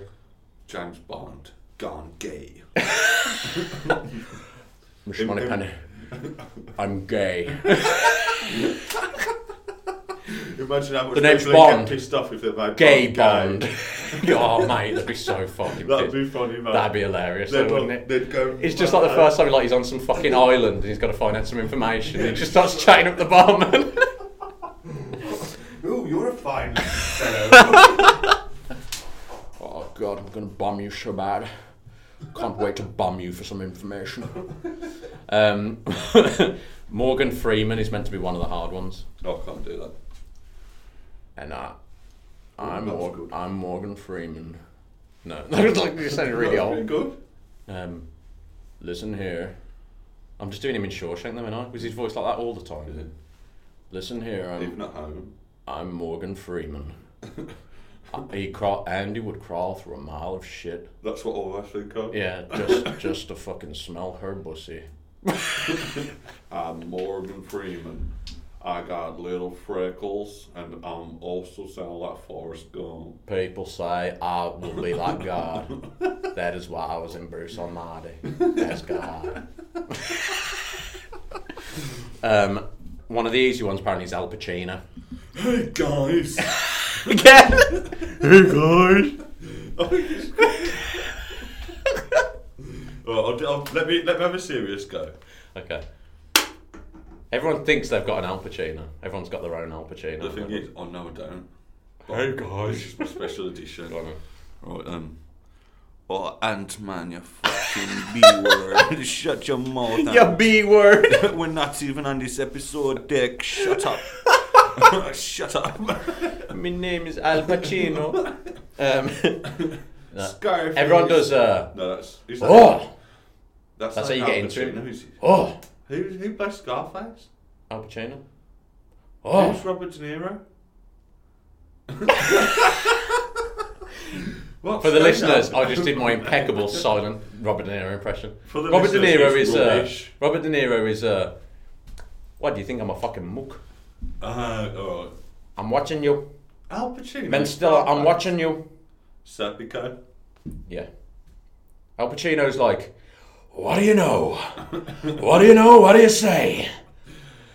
James Bond gone gay. Miss Im- Moneypenny. I'm gay. *laughs* Oh, Imagine how much The next people would Bond. get pissed off if they're about Gay guy. Bond. *laughs* oh, mate, that'd be so fucking That'd good. be funny, man. That'd be hilarious, though, They'd, wouldn't want- it? they'd go. It's just like the first time like he's on some fucking island and he's got to find out some information. He just starts chatting up the barman. *laughs* Ooh, you're a fine fellow. oh god, I'm gonna bum you so bad. Can't wait to bum you for some information. Um, *laughs* Morgan Freeman is meant to be one of the hard ones, no, Oh, I can't do that. and I, I'm That's Mor- good. I'm Morgan Freeman. No, *laughs* that's like you sounded really That's pretty old. good. Um, listen here. I'm just doing him in Shawshank, though, and I was his voice like that all the time. Listen here, I'm Even at home. I'm Morgan *laughs* Freeman. Uh, he crawl, Andy would crawl through a mile of shit. That's what all of us think of. Yeah, just *laughs* just to fucking smell her pussy. I'm Morgan Freeman. I got little freckles, and I'm also sound like Forrest Gump. People say I will be like God. That is why I was in Bruce Almighty. That's God. um, one of the easy ones apparently is Al Pacino. Hey guys! Again. *laughs* hey guys! I'll, do- I'll, let me let me have a serious go. okay. Everyone thinks they've got an Al Pacino. Everyone's got their own Al Pacino. The thing is, oh no, I don't. Hey, guys. this is my special edition. Go on then. Right, um. Oh, Ant Man, you fucking B word. *laughs* Shut your mouth. Your B word. We're not even on this episode, Dick. Shut up. *laughs* Shut up. *laughs* My name is Al Pacino. um, Scarface. everyone does. Uh, No, that's. Is that oh, That's, That's like how you Al get into Pacino, it. is oh, Who, who plays Scarface? Al Pacino. Who's Oh, Robert De Niro? *laughs* What? for the Say listeners, that. I just did my impeccable silent Robert De Niro impression. For the Robert De listeners, Niro it's is. Uh, rubbish. Robert De Niro is. Uh, why do you think I'm a fucking mook? Uh, alright. I'm watching you, Al Pacino. Ben Stiller. I'm watching you. Serpico. Yeah. Al Pacino's like, what do you know? What do you know? What do you say?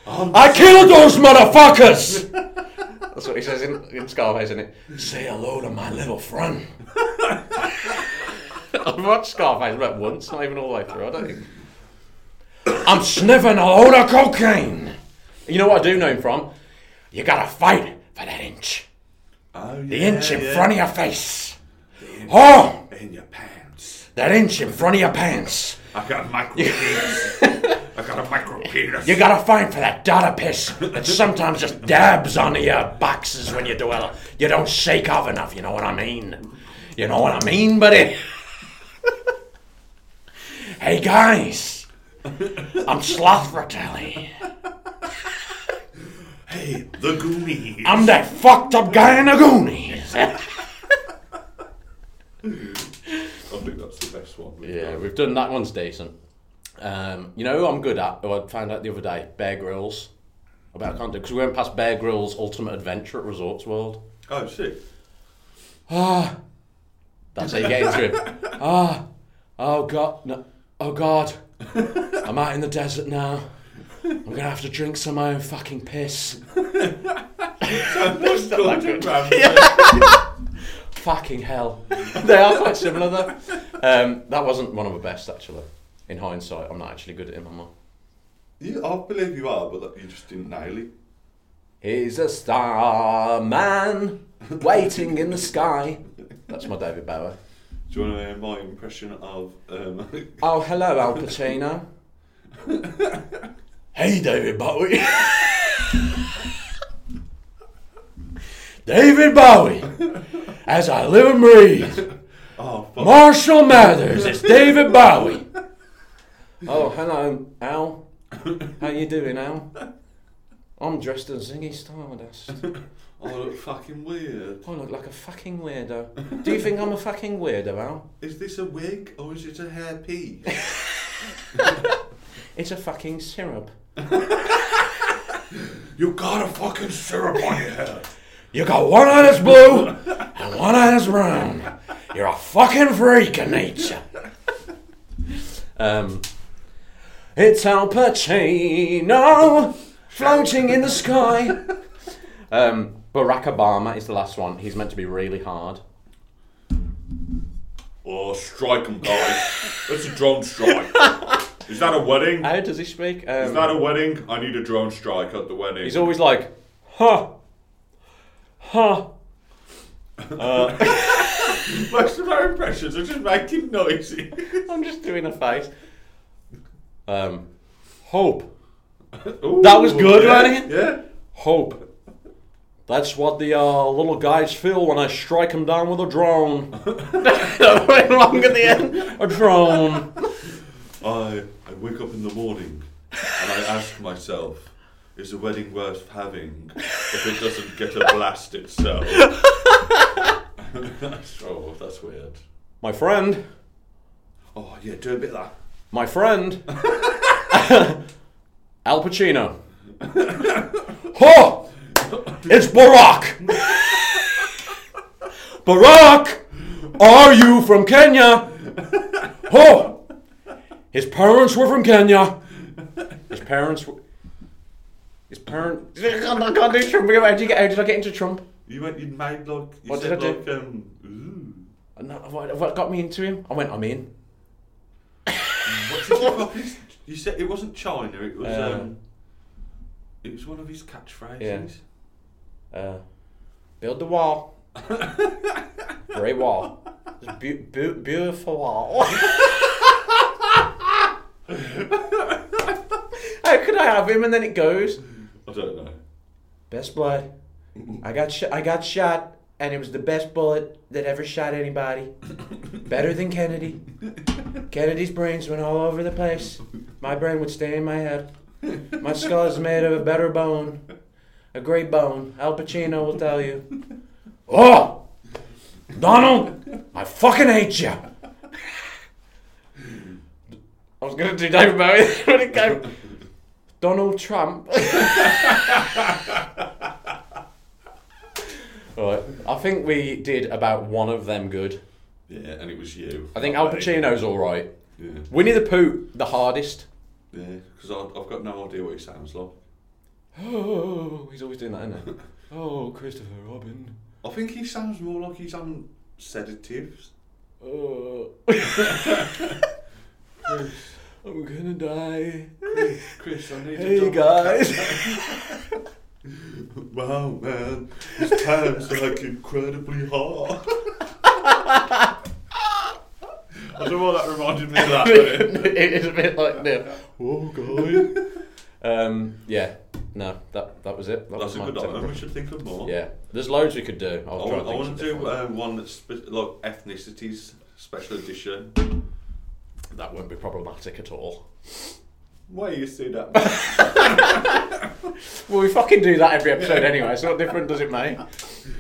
I killed those motherfuckers! That's what he says in, in Scarface, isn't it? Say hello to my little friend. *laughs* I've watched Scarface about once, not even all the way through, I don't think. I'm sniffing a load of cocaine! You know what I do know him from? You gotta fight for that inch. Oh, yeah, The inch in front of your face. Oh! In your pants. That inch in front of your pants. I got a micro *laughs* penis. I got a micro penis. You gotta find for that data piss that sometimes just dabs onto your boxes when you do it. You don't shake off enough, you know what I mean? You know what I mean, buddy? *laughs* hey guys, I'm Sloth Fratelli. Hey, the Goonies. I'm that fucked up guy in the Goonies. *laughs* I think that's the best one. we've Yeah, done. we've done that one's decent. Um, you know who I'm good at? Who I found out the other day? Bear Grylls. I bet I can't do because we went past Bear Grylls Ultimate Adventure at Resorts World. *laughs* Oh, shit. That's how you get into him. Ah, oh god, no, oh god, I'm out in the desert now. I'm gonna have to drink some of my own fucking piss. That's like Gordon it. *laughs* Ramsay. Fucking hell, *laughs* they are quite similar though. Um, that wasn't one of the best actually. In hindsight, I'm not actually good at him, am I? You, I believe you are, but that you just didn't nail it. He's a star man waiting in the sky. That's my David Bowie. Do you want to hear my impression of um, *laughs* Oh, hello, Al Pacino. hey, David Bowie. David Bowie. As I live and breathe. oh fuck, Marshall Mathers. It's David Bowie. Oh, hello, Al. How you doing, Al? I'm dressed as Ziggy Stardust. I look fucking weird. I look like a fucking weirdo. Do you think I'm a fucking weirdo, Al? Is this a wig or is it a hairpiece? It's a fucking syrup. you got a fucking syrup on your head. You got one eye that's blue and one eye that's brown. You're a fucking freak of nature. Um, it's Al Pacino floating in the sky. Um, Barack Obama is the last one. He's meant to be really hard. Oh, strike 'em, guys. That's a drone strike. Is that a wedding? How Uh, does he speak? Is Um, that a wedding? I need a drone strike at the wedding. he's always like, huh, huh. Most of our impressions are just making noises. I'm just doing a face. Um, hope. Ooh, That was good, yeah, wasn't it? Yeah. Hope. That's what the uh, little guys feel when I strike them down with a drone. Went wrong at the end. *laughs* A drone. I, I wake up in the morning and I ask myself, is a wedding worth having if it doesn't get a blast itself? that's, oh, that's weird. My friend. Oh, yeah, do a bit of that. My *laughs* friend. Al Pacino. *laughs* Ho! It's Barack! *laughs* Barack! Are you from Kenya? Ho! His parents were from Kenya. His parents were. His parents. *laughs* I can't do Trump. How did, you get, how did I get into Trump? You went, you made like, you What did said I do? like, um, ooh. No, what, what got me into him? I went, I'm in. What did you, what is- you said it wasn't China, it was, Uh, um, it was one of his catchphrases. Uh, build the wall. Great wall. Just beau- beau- beautiful wall. How could I have him and then it goes? I don't know. Best blood. I got sh- I got shot and it was the best bullet that ever shot anybody. Better than Kennedy. Kennedy's brains went all over the place. My brain would stay in my head. My skull is made of a better bone. A great bone. Al Pacino will tell you. Oh! Donald! I fucking hate you! I was gonna do David Bowie *laughs* when it came. Donald Trump. Right. I think we did about one of them good. Yeah, and it was you. I think Al Pacino's all right. Yeah. Winnie the Pooh, the hardest. Yeah, because I've got no idea what he sounds like. Oh, he's always doing that, *laughs* isn't he? Oh, Christopher Robin. I think he sounds more like he's on sedatives. Oh. I'm gonna die. Chris, I need Hey guys. Wow, man, his pants are like incredibly *laughs* hard. I don't know why that reminded me of that. *laughs* *laughs* but- it is a bit like that. Oh guys. Um, yeah. No, that that was it. That was That's a my good one. technical- We should think of more. Yeah. There's loads we could do. I I was trying to want, I think want of to do different- uh, one that's spe- like ethnicities special edition. That won't be problematic at all. Why you see that? Well, we fucking do that every episode anyway, so what different does it make?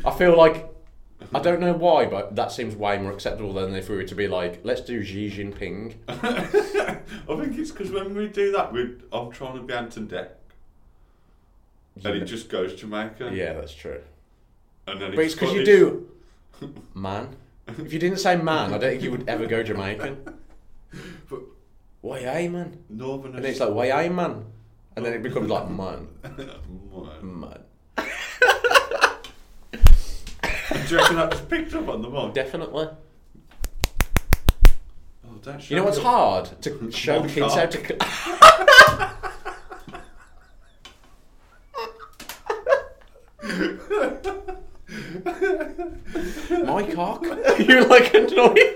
I feel like. I don't know why, but that seems way more acceptable than if we were to be like, let's do Xi Jinping. *laughs* I think it's because when we do that, we I'm trying to be Anton Deck, and it just goes Jamaica. Yeah, that's true. and then But it's because you do man. If you didn't say man, I don't think you would ever go Jamaican. But- Why aye man? Northerners. And then it's like why aye man, and then it becomes like man, *laughs* Do man. you reckon that was picked up on the mic? Definitely. Oh, don't show You know what's your- hard to show One kids how to. c- My cock. *laughs* You're like annoying.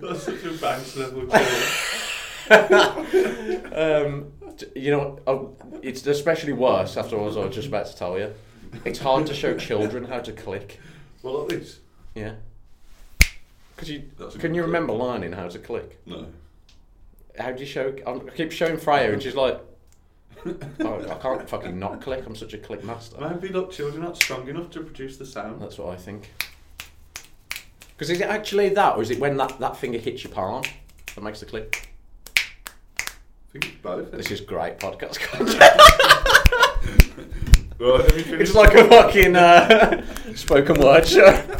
That's such a banks level joke. Um, t- you know, uh, it's especially worse after what I was just about to tell you. It's hard to show children how to click. well, at least. Yeah. Cause you, That's a can good you click. remember learning how to click? No. how do you show? I'm, I keep showing Freya, and she's like, *laughs* oh, I can't fucking not click. I'm such a click master. Maybe look, children aren't strong enough to produce the sound. That's what I think. Because is it actually that, or is it when that, that finger hits your palm that makes the click? I think it's both. This isn't is great podcast content. it? Right, have you It's finished? like a fucking uh, *laughs* spoken word show.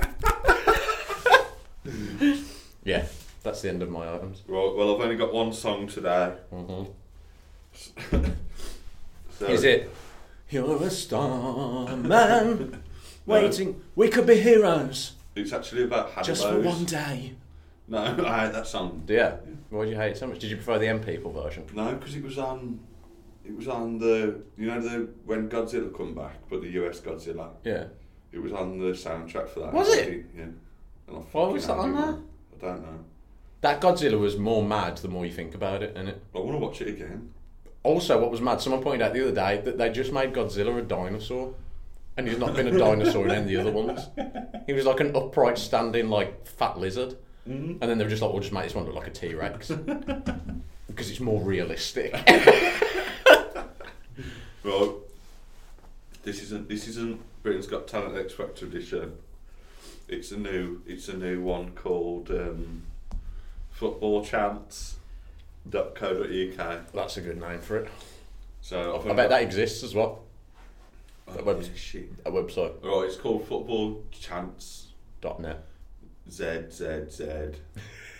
yeah, that's the end of my items. Right, well, I've only got one song today. So, Is it? You're a star man waiting. We could be heroes It's actually about Hannah just for Moe's. one day. No, *laughs* I hate that song. Yeah. Why do you hate it so much? Did you prefer the M People version? No, because it was on. It was on the you know the when Godzilla come back, but the US Godzilla. Yeah. It was on the soundtrack for that. Was it? Yeah. And I Why was fucking that hate on it. I don't know. That Godzilla was more mad the more you think about it, and it. I want to watch it again. Also, what was mad? Someone pointed out the other day that they just made Godzilla a dinosaur, and he's not been a dinosaur in any of the other ones. He was like an upright, standing like fat lizard, and then they were just like, "We'll just make this one look like a T *laughs* Rex because it's more *laughs* realistic." Right. This isn't this isn't Britain's Got Talent X Factor edition. It's a new it's a new one called um, footballchance.co.uk. That's a good name for it. So I've I bet that exists as well. that web- shit. A website Right, it's called Football Chance dot net. Z Z *laughs* Z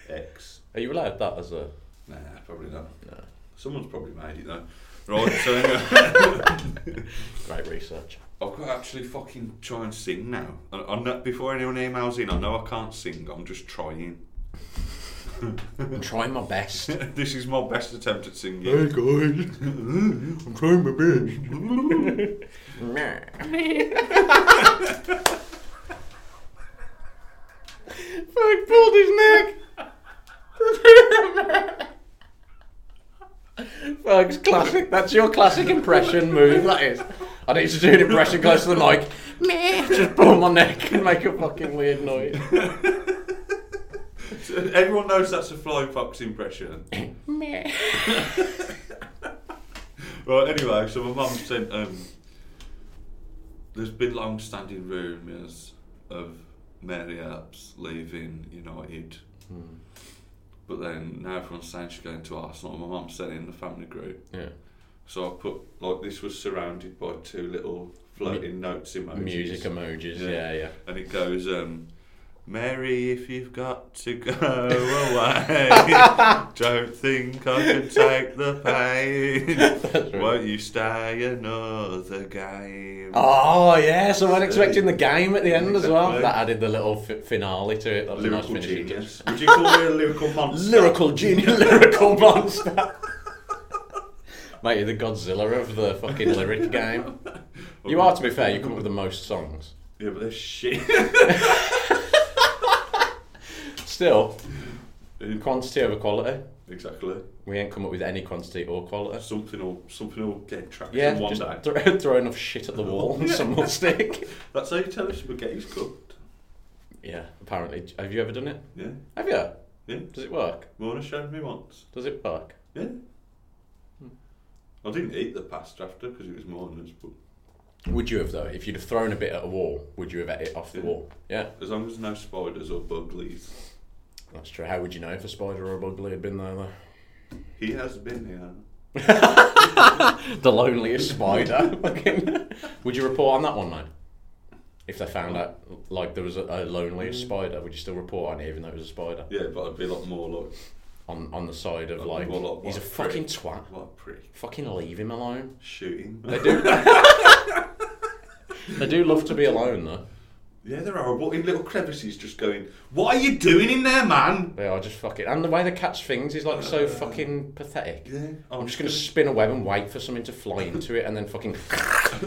X. Are you allowed that as a? Nah, probably not. No. Someone's probably made it though. Right, *laughs* so anyway, Great *laughs* research. I've got to actually fucking try and sing now. I- I'm not, before anyone emails in, I know I can't sing. I'm just trying. *laughs* I'm trying my best. this is my best attempt at singing. guys, *laughs* I'm trying my best. Fuck pulled his neck. Fuck's classic. That's your classic impression move. That is. I need to do an impression close to the mic. Meh. Just pull my neck and make a fucking weird noise. *laughs* Everyone knows that's a fly *coughs* fox impression. Meh. Right, anyway, so my mum sent um there's been long standing rumours of Mary Earps leaving United. Hmm. But then now everyone's saying she's going to Arsenal. My mum sent it in the family group. Yeah. So I put like this was surrounded by two little floating notes emojis. Music emojis. Yeah, Yeah. yeah. and it goes, um, Mary, if you've got *laughs* to go away, don't think I can take the *laughs* pain. right. Won't you stay another game? Oh yeah, so I'm expecting the game at the end as well. Exactly. That added the little fi- finale to it. That was lyrical a nice finishing touch. genius. Would you call me *laughs* a lyrical monster? Lyrical genius, lyrical monster. *laughs* Mate, you're the Godzilla of the fucking lyric game. You are, to be fair, you come up with the most songs. Yeah, but they're shit. *laughs* Still, quantity over quality. exactly. We ain't come up with any quantity or quality. Something will something will get traction Yeah, one just day. throw, *laughs* throw enough shit at the wall and some will stick. That's how you tell if spaghetti's cooked. Yeah, apparently. Have you ever done it? Yeah, Have you? yeah. Does it work? Mona showed me once. Does it work? Yeah. Hmm. I didn't eat the pasta after because it was Mona's, but Would you have though? If you'd have thrown a bit at a wall, would you have ate it off the Yeah. wall? Yeah, As long as no spiders or buglies. that's true. How would you know if a spider or a bugly had been there though? He has been here. The loneliest spider. *laughs* Fucking- would you report on that one, mate? If they found out, like, there was a, a loneliest spider, would you still report on it, even though it was a spider? Yeah, but I'd be a lot more like, On on the side of, like, well, like, he's a what, fucking prick? twat. what a prick. Fucking leave him alone. Shoot him. They do. *laughs* they do love to be alone, though. yeah, there are. What in little crevices just going, What are you doing in there, man? They are just fucking. And the way they catch things is, like, so fucking pathetic. Yeah. I'm just gonna spin a web and wait for something to fly into it and then *laughs* fucking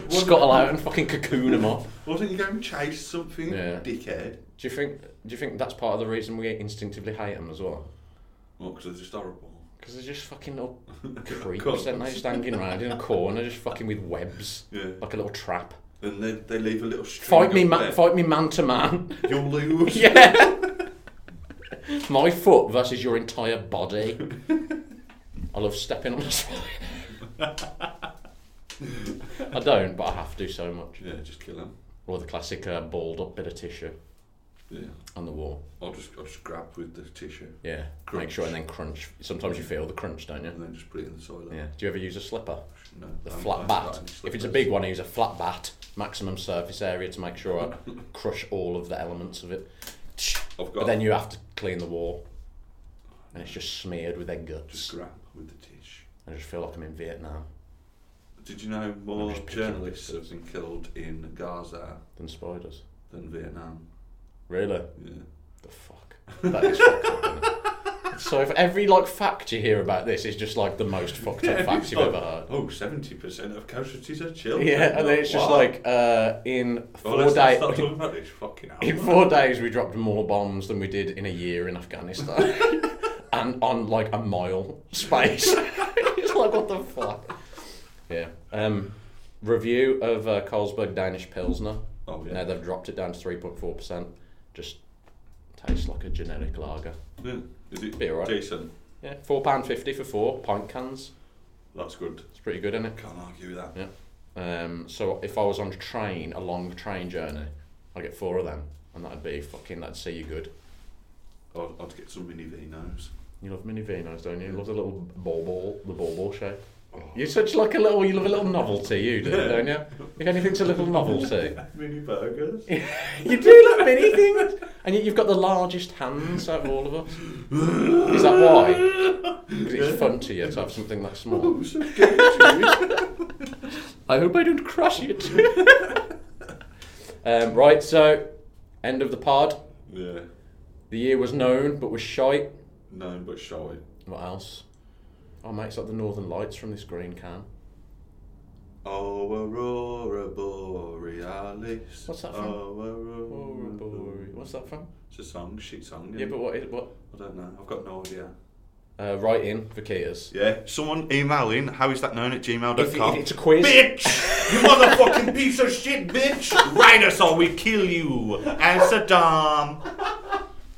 scuttle out and fucking cocoon them up. Wasn't you going to chase something, Yeah. dickhead? Do you think? Do you think that's part of the reason we instinctively hate them as well? Well, because they're just horrible. Because they're just fucking up creeps, Cunts. aren't they? Just hanging around in a corner, just fucking with webs, Yeah. like a little trap. And they, they leave a little string Fight me, up ma- there. fight me man to *laughs* man. *laughs* You'll lose. yeah. My foot versus your entire body. I love stepping on the spider. I don't, but I have to so much. Yeah, just kill him. Or the classic uh, balled up bit of tissue Yeah. on the wall. I'll just, I'll just grab with the tissue Yeah. Make Crunch. sure and then crunch. Sometimes you feel the crunch, don't and you? then just put it in the soil. Yeah. Do you ever use a slipper? No, The I'm- flat I'm bat. fine, it's If it's a slippers. big one, I use a flat bat, maximum surface area to make sure *laughs* I crush all of the elements of it. I've got But then you have to clean the wall, and it's just smeared with their guts. just grab with the tissue. I just feel like I'm in Vietnam Did you know more just picturing journalists have been killed in Gaza than spiders. than Vietnam? Really? Yeah. The *laughs* fuck? That is fucked up. isn't it? So if every like fact you hear about this is just like the most fucked up fact you've oh, ever heard. Oh, 70% of casualties are children. Yeah, and then it's just Wow. like uh, in Well, four let's not *laughs* start days. talking about this *laughs* fucking hell. In four days, we dropped more bombs than we did in a year in Afghanistan, and on like a mile space. *laughs* it's like what the fuck. Yeah. Um, review of uh, Carlsberg Danish Pilsner. Oh, yeah. Now they've dropped it down to three point four percent. Just tastes like a generic lager. Yeah. Is it Be alright. decent? Yeah, four pound fifty for four pint cans. That's good. It's pretty good, isn't it? Can't argue with that. Yeah. Um, so if I was on a train, a long train journey, I'd get four of them, and that'd be fucking. That'd see you good. I'd, I'd get some *laughs* mini Vinos. You love mini Vinos, don't you? You love the little ball ball, the ball ball shape. You're such like a little. You love a little novelty, you do, don't you? If anything's a little *laughs* novelty, *laughs* Mini burgers? you do love mini things, and yet you've got the largest hands out of all of us. Is that why? *laughs* 'Cause it's fun to you to have something that small. Oh, so good. I hope I don't crush it. *laughs* um, right, so end of the pod. *laughs* yeah. The year was known but was shite. No, but shy. What else? Oh mate, it's like the Northern Lights from this green can. Oh, Aurora Borealis. What's that from? Oh, Aurora Borealis. What's that from? It's a song, shit song. Yeah, Yeah, but what is what? I don't know. I've got no idea. Uh, write in for Keaters. Yeah, someone email in how is that known at gmail.com. If, if it's a quiz, Bitch! You motherfucking piece of shit, bitch! Write us or we kill you! And Saddam!